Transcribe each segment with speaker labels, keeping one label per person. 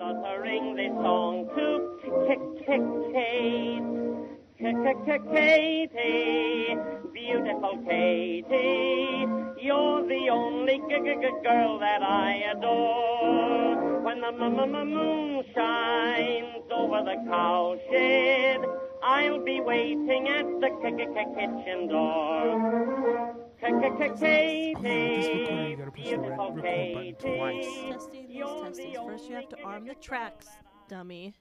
Speaker 1: uttering this song to K- K- K- Kate. K- K- K- Katie, beautiful Katie, you're the only g- g- g- girl that I adore. When the m- m- m- moon shines over the cowshed, I'll be waiting at the k- k- k- kitchen door. K- k- k- Katie, beautiful Katie,
Speaker 2: Testing these
Speaker 1: you're
Speaker 2: testing.
Speaker 1: the
Speaker 2: First, you have
Speaker 1: only
Speaker 2: to arm the
Speaker 1: girl
Speaker 2: tracks,
Speaker 1: that I
Speaker 2: dummy.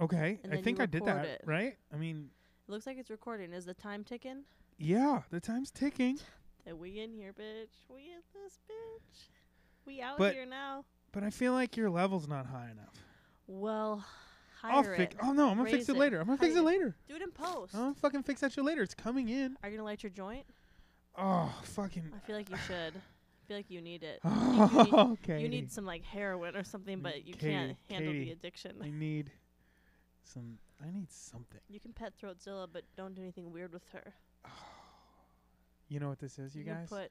Speaker 3: Okay,
Speaker 2: And
Speaker 3: I
Speaker 2: then you
Speaker 3: think I did
Speaker 2: record
Speaker 3: that,
Speaker 2: it.
Speaker 3: right? I mean,
Speaker 2: It looks like it's recording. Is the time ticking?
Speaker 3: yeah, the time's ticking.
Speaker 2: That we in here, bitch. We in this bitch. We out
Speaker 3: But-
Speaker 2: here now.
Speaker 3: But I feel like your level's not high enough.
Speaker 2: Well,
Speaker 3: I'll
Speaker 2: hire
Speaker 3: fix.
Speaker 2: it.
Speaker 3: Oh no, I'm gonna fix
Speaker 2: Raise
Speaker 3: it
Speaker 2: it.
Speaker 3: later. I'm gonna fix
Speaker 2: Hire
Speaker 3: it
Speaker 2: it.
Speaker 3: later.
Speaker 2: Do it in post.
Speaker 3: I'm gonna fucking fix that shit later. It's coming in.
Speaker 2: Are you gonna light your joint?
Speaker 3: Oh fucking.
Speaker 2: I feel like you should. I feel like you need it. Like, you, need,
Speaker 3: Oh,
Speaker 2: you
Speaker 3: Katie.
Speaker 2: need some like heroin or something,
Speaker 3: Mm,
Speaker 2: but you can't
Speaker 3: Katie,
Speaker 2: handle
Speaker 3: Katie.
Speaker 2: the addiction.
Speaker 3: I need some. I need something.
Speaker 2: You can pet Throatzilla, but don't do anything weird with her.
Speaker 3: You know what this is, you,
Speaker 2: can
Speaker 3: guys.
Speaker 2: put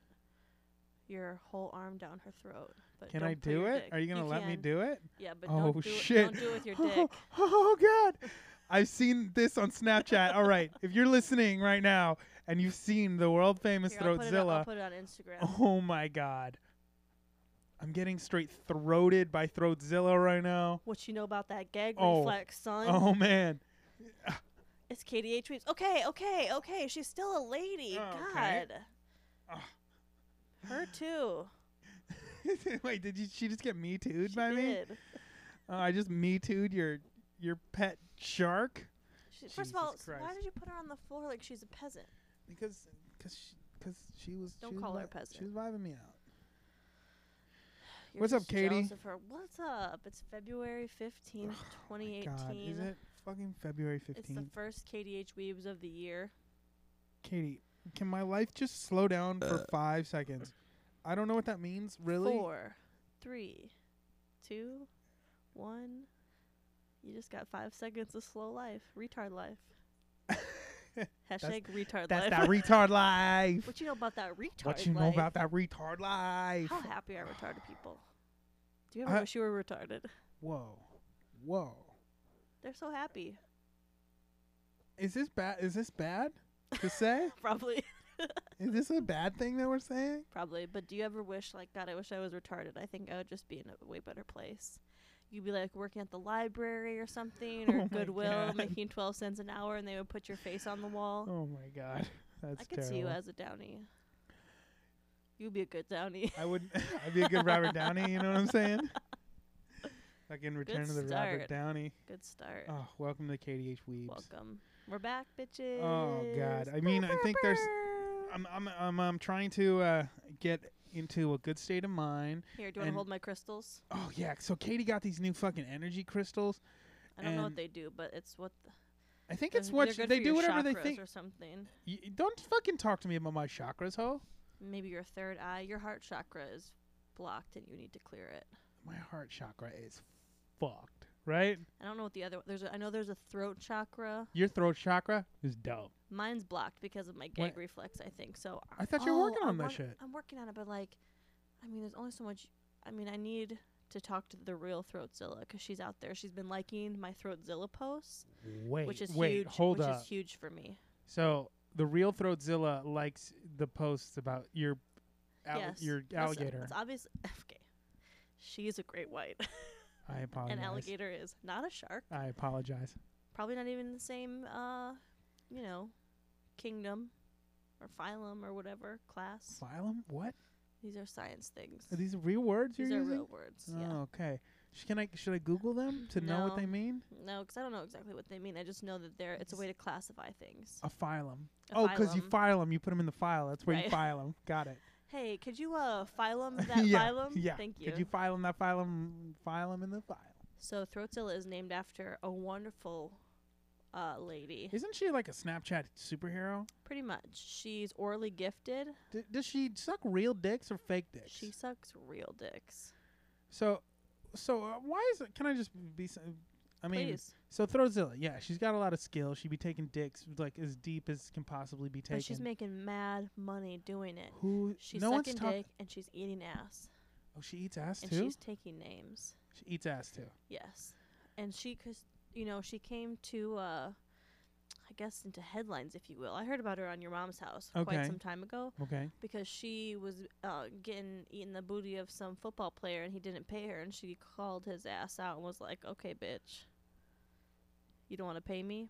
Speaker 2: your whole arm down her throat. But
Speaker 3: Can
Speaker 2: don't
Speaker 3: I
Speaker 2: put your
Speaker 3: do it?
Speaker 2: dick-
Speaker 3: Are you gonna let me
Speaker 2: can.
Speaker 3: do it?
Speaker 2: Yeah, but
Speaker 3: oh
Speaker 2: don't do
Speaker 3: shit!
Speaker 2: it. Don't do it with your dick.
Speaker 3: oh god, I've seen this on Snapchat. All right, if you're listening right now and you've seen the world famous
Speaker 2: Here, I'll put it on- I'll
Speaker 3: Throatzilla,
Speaker 2: put it on Instagram.
Speaker 3: oh my god, I'm getting straight throated by Throatzilla right now.
Speaker 2: What you know about that gag
Speaker 3: Oh.
Speaker 2: reflex, son?
Speaker 3: Oh man,
Speaker 2: It's Katie H. Weems. Okay, okay, okay. She's still a lady.
Speaker 3: Oh, okay. Ah.
Speaker 2: God.
Speaker 3: Ugh.
Speaker 2: Her too.
Speaker 3: wait, did you, she just get me tooed
Speaker 2: She
Speaker 3: by me?
Speaker 2: did.
Speaker 3: Oh, I just me tooed your your pet shark
Speaker 2: She, first
Speaker 3: Jesus
Speaker 2: of all, s- why
Speaker 3: Christ.
Speaker 2: did you put her on the floor like she's a peasant?
Speaker 3: because because she, cause she was
Speaker 2: Don't
Speaker 3: she was
Speaker 2: call her
Speaker 3: vi-
Speaker 2: a peasant.
Speaker 3: She was vibing me out.
Speaker 2: You're
Speaker 3: What's up,
Speaker 2: just jealous
Speaker 3: Katie? Oh
Speaker 2: of her. What's up? It's February fifteenth, twenty eighteen.
Speaker 3: God, is it fucking February
Speaker 2: It's the
Speaker 3: 15th?
Speaker 2: first KDH Weaves of the year.
Speaker 3: Katie, can my life just slow down for five seconds? I don't know what that means, really.
Speaker 2: Four, three, two, one. You just got five seconds of slow life. Retard life. Hashtag retard
Speaker 3: That's
Speaker 2: life.
Speaker 3: that retard life.
Speaker 2: what you know about that retard
Speaker 3: What you know
Speaker 2: life?
Speaker 3: about that retard life? Uh,
Speaker 2: How happy are retarded people? Do you ever
Speaker 3: I-
Speaker 2: wish you were retarded?
Speaker 3: Whoa, whoa.
Speaker 2: They're so happy.
Speaker 3: Is this bad? Is this bad to say?
Speaker 2: Probably.
Speaker 3: is this a bad thing that we're saying?
Speaker 2: Probably. But do you ever wish, like, God, I wish I was retarded? I think I would just be in a way better place. You'd be like working at the library or something, or
Speaker 3: Oh my
Speaker 2: Goodwill,
Speaker 3: God.
Speaker 2: making 12 cents an hour, and they would put your face on the wall.
Speaker 3: Oh my god, that's
Speaker 2: I could
Speaker 3: terrible.
Speaker 2: see you as a Downey. You'd be a good Downey.
Speaker 3: I would. I'd be a good Robert Downey. You know what I'm saying? Like in Return of the Robert
Speaker 2: start.
Speaker 3: Downey.
Speaker 2: good start.
Speaker 3: Oh, welcome to KDH Weebs.
Speaker 2: Welcome. We're back, bitches.
Speaker 3: Oh, God. I mean, I think there's- I'm I'm I'm, um trying to uh, get into a good state of mind.
Speaker 2: Here, do you want to
Speaker 3: and-
Speaker 2: hold my crystals?
Speaker 3: Oh yeah, so Katie got these new fucking energy crystals.
Speaker 2: I don't know what
Speaker 3: and
Speaker 2: they do, but it's what the,
Speaker 3: I think
Speaker 2: they're-
Speaker 3: it's what
Speaker 2: they're
Speaker 3: sh-
Speaker 2: good
Speaker 3: they
Speaker 2: for
Speaker 3: do
Speaker 2: your
Speaker 3: whatever they
Speaker 2: chakras
Speaker 3: think.
Speaker 2: or something.
Speaker 3: Y- y- don't fucking talk to me about my chakras, ho.
Speaker 2: Maybe your third eye, your heart chakra is blocked, and you need to clear it.
Speaker 3: My heart chakra is fucked, right?
Speaker 2: I don't know what the other there's. A, I know there's a throat chakra.
Speaker 3: Your throat chakra is dope.
Speaker 2: Mine's blocked because of my gag reflex, I think. So
Speaker 3: I thought you were working on
Speaker 2: Oh, i
Speaker 3: that shit.
Speaker 2: I'm working on it, but like, I mean, there's only so much. I mean, I need to talk to the real Throatzilla because she's out there. She's been liking my Throatzilla posts,
Speaker 3: Wait,
Speaker 2: which is
Speaker 3: wait,
Speaker 2: huge.
Speaker 3: hold
Speaker 2: which
Speaker 3: up.
Speaker 2: is huge for me.
Speaker 3: So the real Throatzilla likes the posts about your al-
Speaker 2: yes,
Speaker 3: your
Speaker 2: listen,
Speaker 3: alligator.
Speaker 2: It's obvious. Okay, she's a great white.
Speaker 3: I apologize.
Speaker 2: An alligator is not a shark.
Speaker 3: I apologize.
Speaker 2: Probably not even the same. Uh, you know, kingdom or phylum or whatever class.
Speaker 3: Phylum? What?
Speaker 2: These are science things.
Speaker 3: Are these real words
Speaker 2: These
Speaker 3: you're
Speaker 2: are
Speaker 3: using?
Speaker 2: real words. Yeah.
Speaker 3: Oh, okay. Sh- Can I should I Google them to know what they
Speaker 2: No.
Speaker 3: mean?
Speaker 2: No, 'cause I don't know exactly what they mean. I just know that they're it's a way to classify things.
Speaker 3: A phylum.
Speaker 2: A
Speaker 3: Oh, 'cause you
Speaker 2: phylum.
Speaker 3: file them, you put them in the file. That's where you
Speaker 2: Right.
Speaker 3: file them. Got it.
Speaker 2: Hey, could you uh phylum that
Speaker 3: yeah.
Speaker 2: phylum?
Speaker 3: Yeah.
Speaker 2: Thank you.
Speaker 3: Could you file them that phylum? File them in the file.
Speaker 2: so Throatzilla is named after a wonderful uh lady.
Speaker 3: Isn't she like a Snapchat superhero?
Speaker 2: Pretty much. She's orally gifted.
Speaker 3: D- does she suck real dicks or fake dicks?
Speaker 2: She sucks real dicks.
Speaker 3: so, so uh, why is it? Can I just be? s- I mean,
Speaker 2: Please.
Speaker 3: so Throwzilla, yeah, she's got a lot of skill. She'd be taking dicks like as deep as can possibly be taken.
Speaker 2: But she's making mad money doing it.
Speaker 3: Who?
Speaker 2: She's
Speaker 3: no one's
Speaker 2: sucking
Speaker 3: talk-
Speaker 2: dick and she's eating ass.
Speaker 3: Oh, she eats ass
Speaker 2: And
Speaker 3: too.
Speaker 2: she's taking names.
Speaker 3: She eats ass too.
Speaker 2: Yes. And she, cause, you know, she came to, uh, I guess, into headlines, if you will. I heard about her on your mom's house
Speaker 3: Okay.
Speaker 2: quite some time ago
Speaker 3: Okay.
Speaker 2: because she was uh, getting eating the booty of some football player and he didn't pay her, and she called his ass out and was like, "Okay, bitch, you don't want to pay me?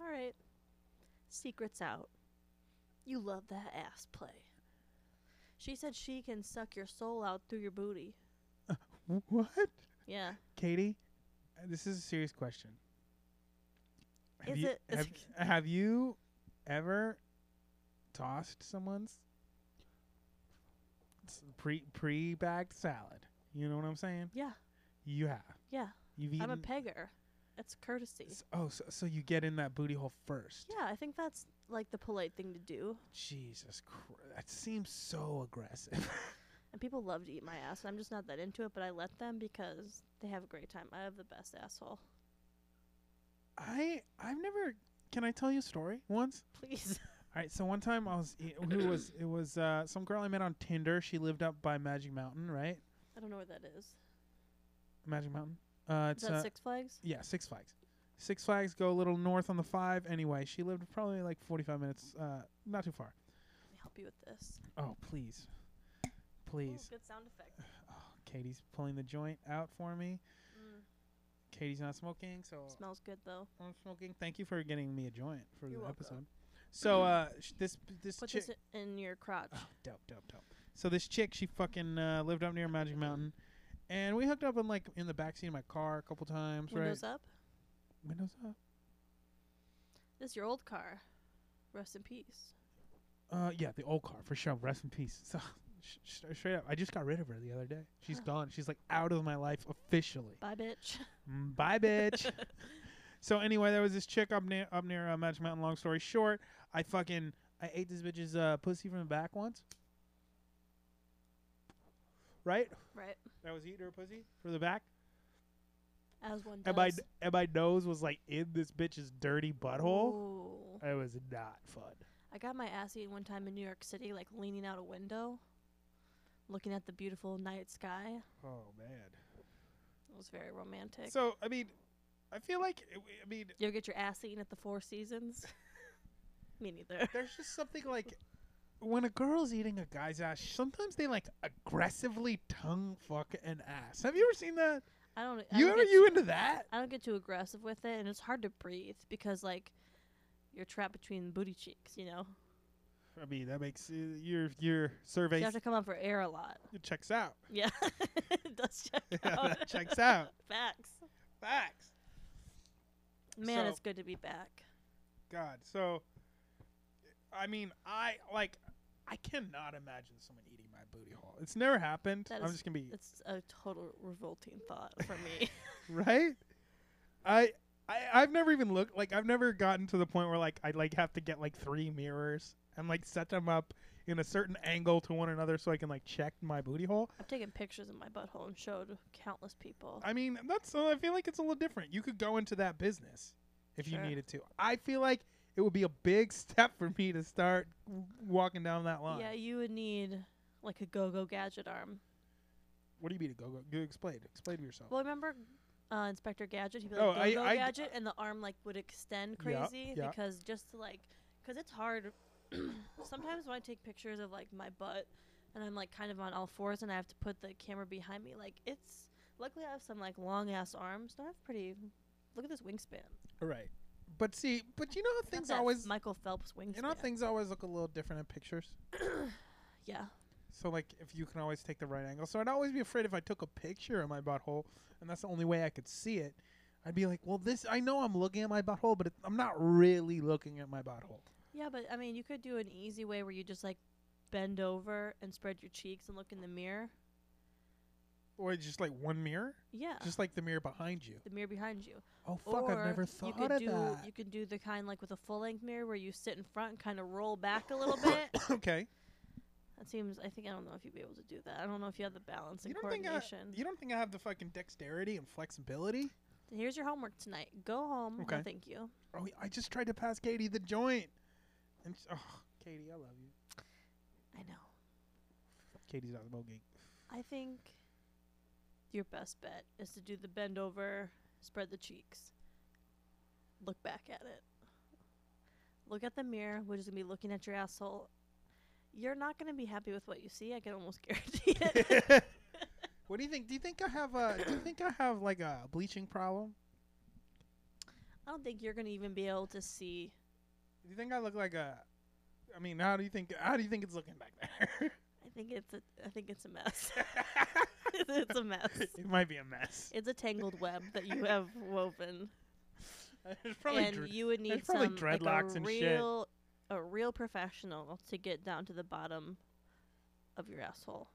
Speaker 2: All right, secrets out. You love that ass play." She said she can suck your soul out through your booty.
Speaker 3: What?
Speaker 2: Yeah.
Speaker 3: Katie, uh, this is a serious question. Have
Speaker 2: Is
Speaker 3: you,
Speaker 2: it- is
Speaker 3: have, have you ever tossed someone's s- pre pre bagged salad? You know what I'm saying?
Speaker 2: Yeah.
Speaker 3: You have.
Speaker 2: Yeah.
Speaker 3: You've eaten.
Speaker 2: I'm a pegger. That's courtesy.
Speaker 3: s- oh, so, so you get in that booty hole first.
Speaker 2: Yeah, I think that's like the polite thing to do.
Speaker 3: Jesus Christ, that seems so aggressive.
Speaker 2: And people love to eat my ass, and I'm just not that into it, but I let them because they have a great time. I have the best asshole.
Speaker 3: I I've never. Can I tell you a story once?
Speaker 2: Please.
Speaker 3: All right, so one time I was e- who was it was uh, some girl I met on Tinder. She lived up by Magic Mountain, right?
Speaker 2: I don't know where that is.
Speaker 3: Magic Mountain. Uh, it's
Speaker 2: Is that
Speaker 3: uh,
Speaker 2: Six Flags?
Speaker 3: yeah, Six Flags. Six Flags go a little north on the five. Anyway, she lived probably like forty-five minutes, uh, not too far.
Speaker 2: Let me help you with this.
Speaker 3: Oh please,
Speaker 2: Ooh,
Speaker 3: please.
Speaker 2: good sound effect.
Speaker 3: Oh, Katie's pulling the joint out for me.
Speaker 2: Mm,
Speaker 3: Katie's not smoking, so
Speaker 2: Smells good though.
Speaker 3: I'm smoking. Thank you for getting me a joint for
Speaker 2: You're
Speaker 3: the
Speaker 2: welcome.
Speaker 3: episode. So uh, sh- this this
Speaker 2: Put
Speaker 3: chick-
Speaker 2: this i- in your crotch.
Speaker 3: Oh, dope, dope, dope. So this chick, she fucking uh, lived up near Magic Mountain, and we hooked up in like in the backseat of my car a couple times.
Speaker 2: Windows
Speaker 3: right?
Speaker 2: up.
Speaker 3: Windows up.
Speaker 2: This is your old car. Rest in peace.
Speaker 3: Uh, yeah, the old car for sure. Rest in peace. So sh- sh- straight up, I just got rid of her the other day. She's
Speaker 2: Huh.
Speaker 3: gone. She's like out of my life officially.
Speaker 2: Bye, bitch.
Speaker 3: Mm, Bye, bitch. so anyway, there was this chick up near up near uh, Magic Mountain. Long story short, I fucking I ate this bitch's uh, pussy from the back once. Right?
Speaker 2: right.
Speaker 3: That was eating her pussy from the back.
Speaker 2: As one does.
Speaker 3: and my and my nose was like in this bitch's dirty butthole.
Speaker 2: Ooh.
Speaker 3: It was not fun.
Speaker 2: I got my ass eaten one time in New York City, like leaning out a window, looking at the beautiful night sky.
Speaker 3: Oh man.
Speaker 2: It was very romantic.
Speaker 3: So I mean, I feel like I mean,
Speaker 2: You'll get your ass eaten at the Four Seasons. Me neither.
Speaker 3: there's just something like when a girl's eating a guy's ass. Sometimes they like aggressively tongue fuck an ass. Have you ever seen that?
Speaker 2: I don't. e, I
Speaker 3: You
Speaker 2: don't
Speaker 3: ever
Speaker 2: get
Speaker 3: you
Speaker 2: too-
Speaker 3: into that?
Speaker 2: I don't get too aggressive with it, and it's hard to breathe because like you're trapped between booty cheeks. You know,
Speaker 3: I mean, that makes uh, your your survey
Speaker 2: you have to come up for air a lot.
Speaker 3: it checks out.
Speaker 2: Yeah, it does check
Speaker 3: Yeah,
Speaker 2: out.
Speaker 3: that checks out.
Speaker 2: Facts.
Speaker 3: Facts.
Speaker 2: Man,
Speaker 3: So-
Speaker 2: it's good to be back.
Speaker 3: God. So, I mean, I like, I cannot imagine someone eating my booty hole. It's never happened.
Speaker 2: That
Speaker 3: I'm
Speaker 2: is-
Speaker 3: just gonna be
Speaker 2: It's a total revolting thought for me.
Speaker 3: right. I. I, I've never even looked like I've never gotten to the point where like I like have to get like three mirrors and like set them up in a certain angle to one another so I can like check my booty hole.
Speaker 2: I've taken pictures of my butthole and showed countless people.
Speaker 3: I mean that's uh, I feel like it's a little different. You could go into that business if
Speaker 2: Sure.
Speaker 3: you needed to. I feel like it would be a big step for me to start walking down that line.
Speaker 2: Yeah, you would need like a go-go gadget arm.
Speaker 3: What do you mean to go go? You explain. Explain to yourself.
Speaker 2: Well, remember uh, Inspector Gadget? He'd be like,
Speaker 3: Oh,
Speaker 2: go,
Speaker 3: I-
Speaker 2: go,
Speaker 3: I-
Speaker 2: Gadget, and the arm, like, would extend
Speaker 3: Yeah,
Speaker 2: crazy
Speaker 3: yeah.
Speaker 2: because just to, like, because it's hard. Sometimes when I take pictures of, like, my butt and I'm, like, kind of on all fours and I have to put the camera behind me, like, it's. Luckily, I have some, like, long ass arms. No, I have pretty. Look at this wingspan.
Speaker 3: All right, but see, but you know how things
Speaker 2: That's
Speaker 3: always,
Speaker 2: Michael Phelps wingspan.
Speaker 3: you know how things always look a little different in pictures.
Speaker 2: yeah.
Speaker 3: So like, if you can always take the right angle, so I'd always be afraid if I took a picture of my butthole, and that's the only way I could see it. I'd be like, well, this I know I'm looking at my butthole, but it, I'm not really looking at my butthole.
Speaker 2: Yeah, but, I mean, you could do an easy way where you just, like, bend over and spread your cheeks and look in the mirror.
Speaker 3: Or just like one mirror,
Speaker 2: Yeah.
Speaker 3: just like the mirror behind you.
Speaker 2: the mirror behind you.
Speaker 3: Oh fuck, I've never thought
Speaker 2: you could
Speaker 3: of
Speaker 2: do,
Speaker 3: that.
Speaker 2: You could do the kind like with a full length mirror where you sit in front and kind of roll back a little bit.
Speaker 3: okay,
Speaker 2: That seems. I think I don't know if you'd be able to do that. I don't know if you have the balance
Speaker 3: you
Speaker 2: and
Speaker 3: don't think I,
Speaker 2: coordination.
Speaker 3: you don't think I have the fucking dexterity and flexibility?
Speaker 2: Here's your homework tonight. Go home. No,
Speaker 3: Okay.
Speaker 2: thank you.
Speaker 3: Oh, I just tried to pass Katie the joint, and sh- oh, Katie, I love you.
Speaker 2: I know.
Speaker 3: Katie's not smoking.
Speaker 2: I think your best bet is to do the bend over, spread the cheeks, look back at it. Look at the mirror, which is going to be looking at your asshole. You're not going to be happy with what you see. I can almost guarantee it.
Speaker 3: What do you think? Do you think I have a? Do you think I have like a bleaching problem?
Speaker 2: I don't think you're going to even be able to see.
Speaker 3: Do you think I look like a? I mean, how do you think? How do you think it's looking back there?
Speaker 2: I think it's a, I think it's a mess. it's a mess.
Speaker 3: it might be a mess.
Speaker 2: It's a tangled web that you have woven.
Speaker 3: It's probably
Speaker 2: and
Speaker 3: dr-
Speaker 2: you would need
Speaker 3: probably
Speaker 2: some
Speaker 3: dreadlocks
Speaker 2: like a
Speaker 3: and shit.
Speaker 2: real, a real professional to get down to the bottom of your asshole.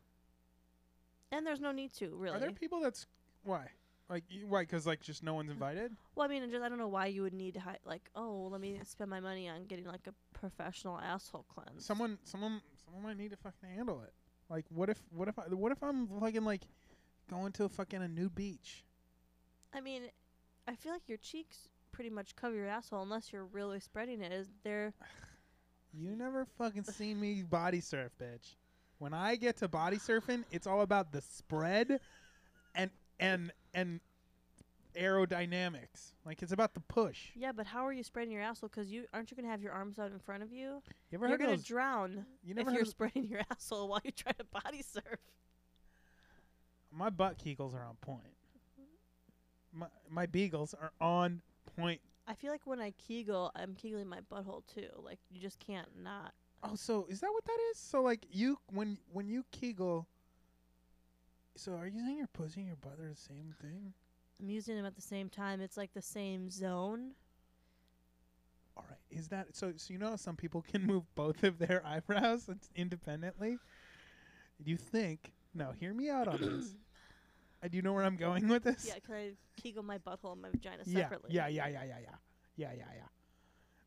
Speaker 2: And there's no need to really.
Speaker 3: Are there people that's why? Like y- why? Because like just no one's invited.
Speaker 2: well, I mean, I just I don't know why you would need to hi- like oh let me spend my money on getting like a professional asshole cleanse.
Speaker 3: Someone, someone, someone might need to fucking handle it. Like what if? What if? I, what if I'm fucking like going to fucking a nude beach?
Speaker 2: I mean, I feel like your cheeks pretty much cover your asshole unless you're really spreading it. Is there?
Speaker 3: You never fucking seen me body surf, bitch. When I get to body surfing, it's all about the spread and and and aerodynamics. Like it's about the push. You
Speaker 2: Yeah, but how are you spreading your asshole? Because you aren't you gonna have your arms out in front of you?
Speaker 3: ever
Speaker 2: you're
Speaker 3: heard of
Speaker 2: gonna
Speaker 3: those?
Speaker 2: drown
Speaker 3: you
Speaker 2: if
Speaker 3: never
Speaker 2: you're
Speaker 3: heard of,
Speaker 2: spreading your asshole while you try to body surf.
Speaker 3: my butt kegels are on point. My my beagles are on point.
Speaker 2: I feel like when I kegel, I'm kegeling my butthole too. Like you just can't not.
Speaker 3: Oh, so is that what that is? So like you when when you kegel. So are you saying your pussy and your butt are the same thing?
Speaker 2: I'm using them at the same time. It's like the same zone.
Speaker 3: All right. Is that so? So you know, how some people can move both of their eyebrows in- independently. You think? No. Hear me out on this. Uh, Do you know where I'm going with this?
Speaker 2: Yeah, can I kegel my butthole and my vagina
Speaker 3: Yeah.
Speaker 2: separately?
Speaker 3: Yeah. Yeah. Yeah. Yeah. Yeah. Yeah. Yeah. Yeah.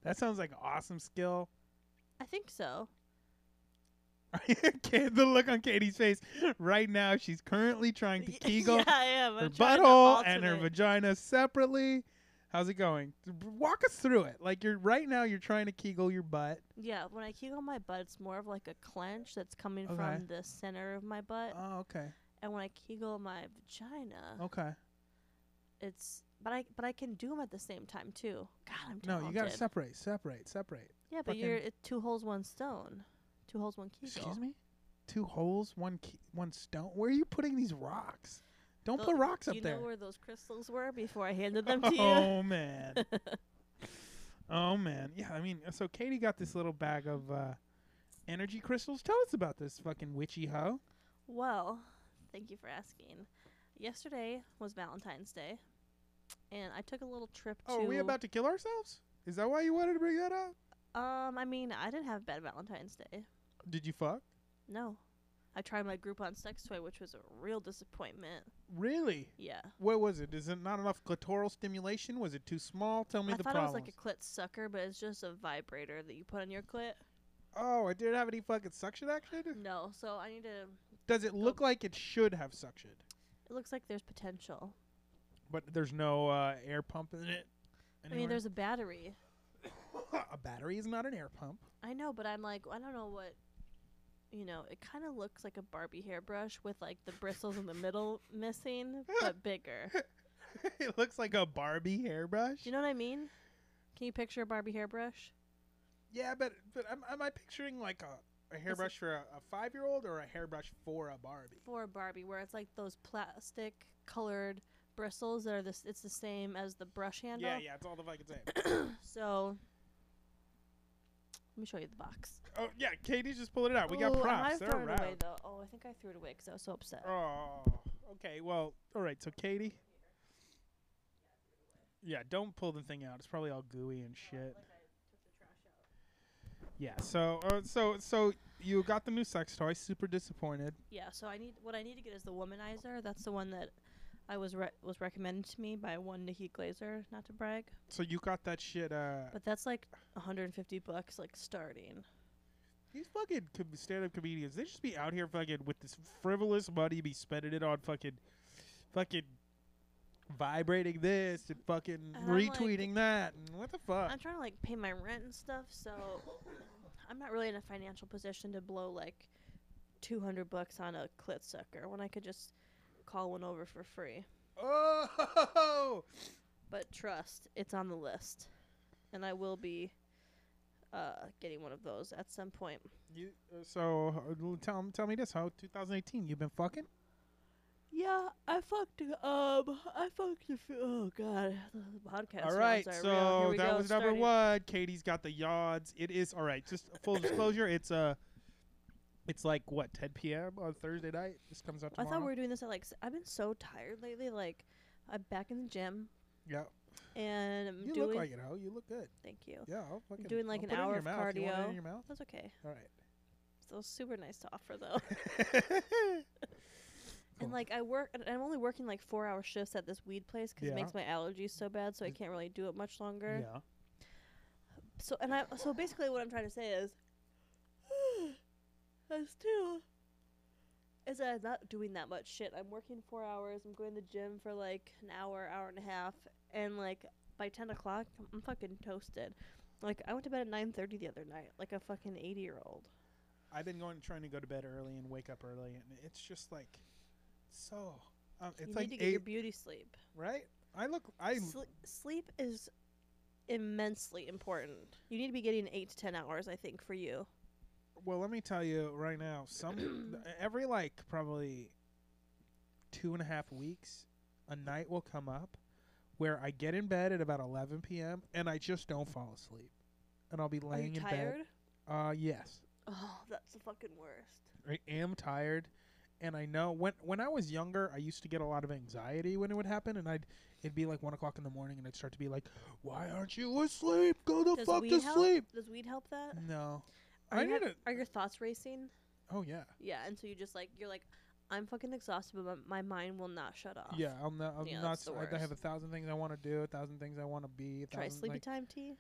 Speaker 3: That sounds like an awesome skill.
Speaker 2: I think so.
Speaker 3: Kate- the look on Katie's face right now. She's currently trying to
Speaker 2: Y-
Speaker 3: kegel
Speaker 2: yeah, I am. I'm
Speaker 3: her
Speaker 2: trying to
Speaker 3: butthole and her
Speaker 2: alternate.
Speaker 3: vagina separately. How's it going? Walk us through it. Like you're right now. You're trying to kegel your butt.
Speaker 2: Yeah, when I kegel my butt, it's more of like a clench that's coming
Speaker 3: Okay.
Speaker 2: from the center of my butt.
Speaker 3: Oh, okay.
Speaker 2: and when I kegel my vagina,
Speaker 3: Okay.
Speaker 2: it's but I but I can do them at the same time too. God, I'm
Speaker 3: No,
Speaker 2: talented.
Speaker 3: you gotta separate, separate, separate.
Speaker 2: Yeah, but you're
Speaker 3: fucking-
Speaker 2: it, two holes, one stone. Two holes, one kegel.
Speaker 3: Excuse me. Two holes, one key, one stone. Where are you putting these rocks? Don't
Speaker 2: Tho-
Speaker 3: put rocks up
Speaker 2: you
Speaker 3: there.
Speaker 2: know where those crystals were before I handed them to you?
Speaker 3: oh man. oh man. Yeah, I mean, so Katie got this little bag of uh, energy crystals. Tell us about this fucking witchy hoe.
Speaker 2: Well, thank you for asking. Yesterday was Valentine's Day, and I took a little trip
Speaker 3: Oh,
Speaker 2: to.
Speaker 3: are we about to kill ourselves? Is that why you wanted to bring that up?
Speaker 2: um, I mean, I didn't have a bad Valentine's Day.
Speaker 3: Did you fuck?
Speaker 2: No, I tried my Groupon sex toy, which was a real disappointment.
Speaker 3: Really?
Speaker 2: Yeah,
Speaker 3: What was it? Is it not enough clitoral stimulation? Was it too small? Tell me
Speaker 2: I
Speaker 3: the
Speaker 2: thought
Speaker 3: problems.
Speaker 2: it was like a clit sucker, but it's just a vibrator that you put on your clit.
Speaker 3: oh, it didn't have any fucking suction action.
Speaker 2: No, so I need to.
Speaker 3: Does it
Speaker 2: Oh.
Speaker 3: look like it should have suction?
Speaker 2: It looks like there's potential.
Speaker 3: But there's no uh, air pump in it.
Speaker 2: I mean,
Speaker 3: anywhere?
Speaker 2: there's a battery.
Speaker 3: a battery is not an air pump.
Speaker 2: I know, but I'm like, I don't know what. You know, it kind of looks like a Barbie hairbrush with like the bristles in the middle missing, but bigger.
Speaker 3: it looks like a Barbie hairbrush.
Speaker 2: Do you know what I mean? Can you picture a Barbie hairbrush?
Speaker 3: yeah, but but am, am I picturing like a, a hairbrush for a, a five year old or a hairbrush for a Barbie?
Speaker 2: For a Barbie, where it's like those plastic colored bristles that are this, it's the same as the brush handle.
Speaker 3: Yeah, yeah, it's all the fucking same.
Speaker 2: So, let me show you the box.
Speaker 3: oh yeah, Katie's just pulling it out. We got
Speaker 2: Ooh, I might
Speaker 3: props.
Speaker 2: have
Speaker 3: They're
Speaker 2: thrown it away
Speaker 3: around.
Speaker 2: though. Oh, I think I threw it away because I was so upset.
Speaker 3: Oh, okay. Well, all right. So Katie. Yeah, don't pull the thing out. It's probably all gooey and shit. Yeah. So, uh, so, so you got the new sex toy. Super disappointed.
Speaker 2: Yeah, so I need what I need to get is the womanizer. That's the one that I was re- was recommended to me by one Nikki Glazer, not to brag,
Speaker 3: So you got that shit. Uh,
Speaker 2: but that's like 150 bucks, like starting.
Speaker 3: these fucking com- stand-up comedians, they just be out here fucking with this frivolous money, be spending it on fucking, fucking, vibrating this and fucking
Speaker 2: I'm like-
Speaker 3: retweeting that. And what the fuck?
Speaker 2: I'm trying to like pay my rent and stuff, so I'm not really in a financial position to blow like 200 bucks on a clit sucker when I could just call one over for free.
Speaker 3: Oh,
Speaker 2: But trust, it's on the list, and I will be uh, getting one of those at some point.
Speaker 3: you. uh, So uh, l- tell tell me this: How 2018? You've been fucking?
Speaker 2: Yeah, I fucked. Um, I fucked. A few, oh god, the podcast.
Speaker 3: all right.
Speaker 2: rounds are real. Here
Speaker 3: So
Speaker 2: we
Speaker 3: that
Speaker 2: go,
Speaker 3: was
Speaker 2: starting-
Speaker 3: number one. Katie's got the yards. It is all right. Just full disclosure: it's uh it's like what 10 p.m. on Thursday night. This comes out
Speaker 2: I
Speaker 3: tomorrow.
Speaker 2: thought we were doing this at like. s- I've been so tired lately. Like, I'm back in the gym
Speaker 3: yeah.
Speaker 2: and I'm
Speaker 3: You
Speaker 2: doing.
Speaker 3: look like it, ho. You look good.
Speaker 2: thank you.
Speaker 3: Yeah. I'll fucking,
Speaker 2: doing, like,
Speaker 3: I'll
Speaker 2: an
Speaker 3: put it in
Speaker 2: hour
Speaker 3: your
Speaker 2: of
Speaker 3: mouth. You want it
Speaker 2: cardio.
Speaker 3: in your mouth.
Speaker 2: That's okay.
Speaker 3: All
Speaker 2: So super nice to offer though.
Speaker 3: right. Cool.
Speaker 2: And like I work, and I'm only working like four hour shifts at this weed place 'cause
Speaker 3: Yeah.
Speaker 2: it makes my allergies so bad, so I
Speaker 3: Is-
Speaker 2: can't really do it much longer.
Speaker 3: yeah.
Speaker 2: So and I so basically what I'm trying to say is, as two, is that I'm not doing that much shit. I'm working four hours. I'm going to the gym for like an hour, hour and a half, and like by ten o'clock I'm, I'm fucking toasted. Like I went to bed at nine thirty the other night, like a fucking eighty year old.
Speaker 3: I've been going trying to go to bed early and wake up early, and it's just like so. Um,
Speaker 2: You
Speaker 3: it's
Speaker 2: need
Speaker 3: like
Speaker 2: to get
Speaker 3: eight,
Speaker 2: your beauty sleep.
Speaker 3: right? I look. I
Speaker 2: Sle- sleep is immensely important. You need to be getting eight to ten hours, I think, for you.
Speaker 3: well, let me tell you right now. Some every like probably two and a half weeks, a night will come up where I get in bed at about 11 p.m. and I just don't fall asleep, and I'll be
Speaker 2: Are
Speaker 3: laying
Speaker 2: you
Speaker 3: in
Speaker 2: tired?
Speaker 3: bed. Uh, yes.
Speaker 2: Oh, that's the fucking worst.
Speaker 3: I am tired, and I know when when I was younger, I used to get a lot of anxiety when it would happen, and I'd it'd be like one o'clock in the morning, and I'd start to be like, "Why aren't you asleep? Go the
Speaker 2: Does
Speaker 3: fuck
Speaker 2: weed
Speaker 3: to
Speaker 2: help?
Speaker 3: sleep."
Speaker 2: Does weed help that?
Speaker 3: No,
Speaker 2: Are
Speaker 3: I
Speaker 2: you
Speaker 3: need
Speaker 2: ha-
Speaker 3: a.
Speaker 2: Are your thoughts racing?
Speaker 3: Oh yeah,
Speaker 2: Yeah, and so you just like you're like, I'm fucking exhausted, but my, my mind will not shut off.
Speaker 3: yeah. I'm not. I'm
Speaker 2: Yeah,
Speaker 3: not.
Speaker 2: that's the
Speaker 3: I, I have
Speaker 2: worst.
Speaker 3: a thousand things I want to do. A thousand things I want to be. A
Speaker 2: Try
Speaker 3: thousand,
Speaker 2: sleepy
Speaker 3: like,
Speaker 2: time tea.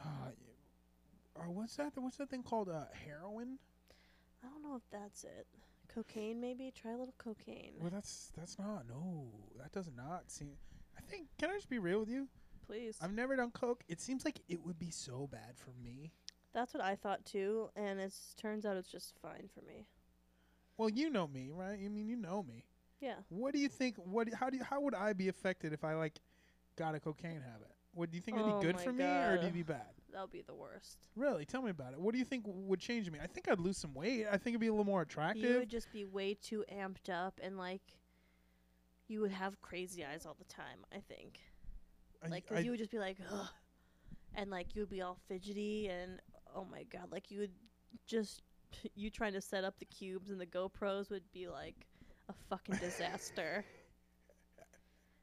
Speaker 3: uh, y- uh, what's that? What's that thing called? Uh, heroin?
Speaker 2: I don't know if that's it. Cocaine, maybe. Try a little cocaine,
Speaker 3: Well, that's that's not. No, that does not seem. I think. Can I just be real with you?
Speaker 2: please.
Speaker 3: I've never done coke. It seems like it would be so bad for me.
Speaker 2: that's what I thought too, and it turns out it's just fine for me.
Speaker 3: Well, you know me, right? I mean, you know me.
Speaker 2: Yeah.
Speaker 3: What do you think? What? How do? You, how would I be affected if I like got a cocaine habit? What do you think would
Speaker 2: Oh
Speaker 3: be good
Speaker 2: my
Speaker 3: for me, or would
Speaker 2: God.
Speaker 3: it be bad?
Speaker 2: That'll be the worst.
Speaker 3: Really, tell me about it. What do you think would change me? I think I'd lose some weight. I think it'd be a little more
Speaker 2: You
Speaker 3: attractive.
Speaker 2: would just be way too amped up and like you would have crazy eyes all the time, I think.
Speaker 3: I-
Speaker 2: Like
Speaker 3: I-
Speaker 2: 'cause you would just be like Ugh. and like you would be all fidgety and oh my god, like you would just you trying to set up the cubes and the GoPros would be like a fucking disaster.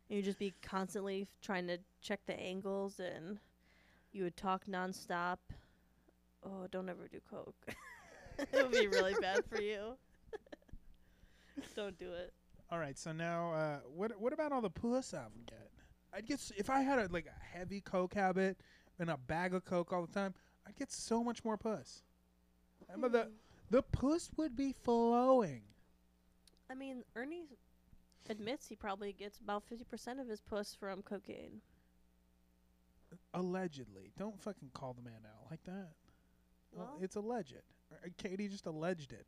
Speaker 2: and you'd just be constantly f- trying to check the angles and you would talk nonstop. Oh, don't ever do coke. it would be really bad for you. Don't do it.
Speaker 3: all right. So now, uh, what? What about all the puss I would get? I'd get s- if I had a, like a heavy coke habit and a bag of coke all the time. I'd get so much more puss. Remember
Speaker 2: Hmm.
Speaker 3: the the puss would be flowing.
Speaker 2: I mean, Ernie admits he probably gets about 50% of his puss from cocaine.
Speaker 3: allegedly. Don't fucking call the man out like that. Well,
Speaker 2: Well-
Speaker 3: it's alleged. Er- er, Katie just alleged it.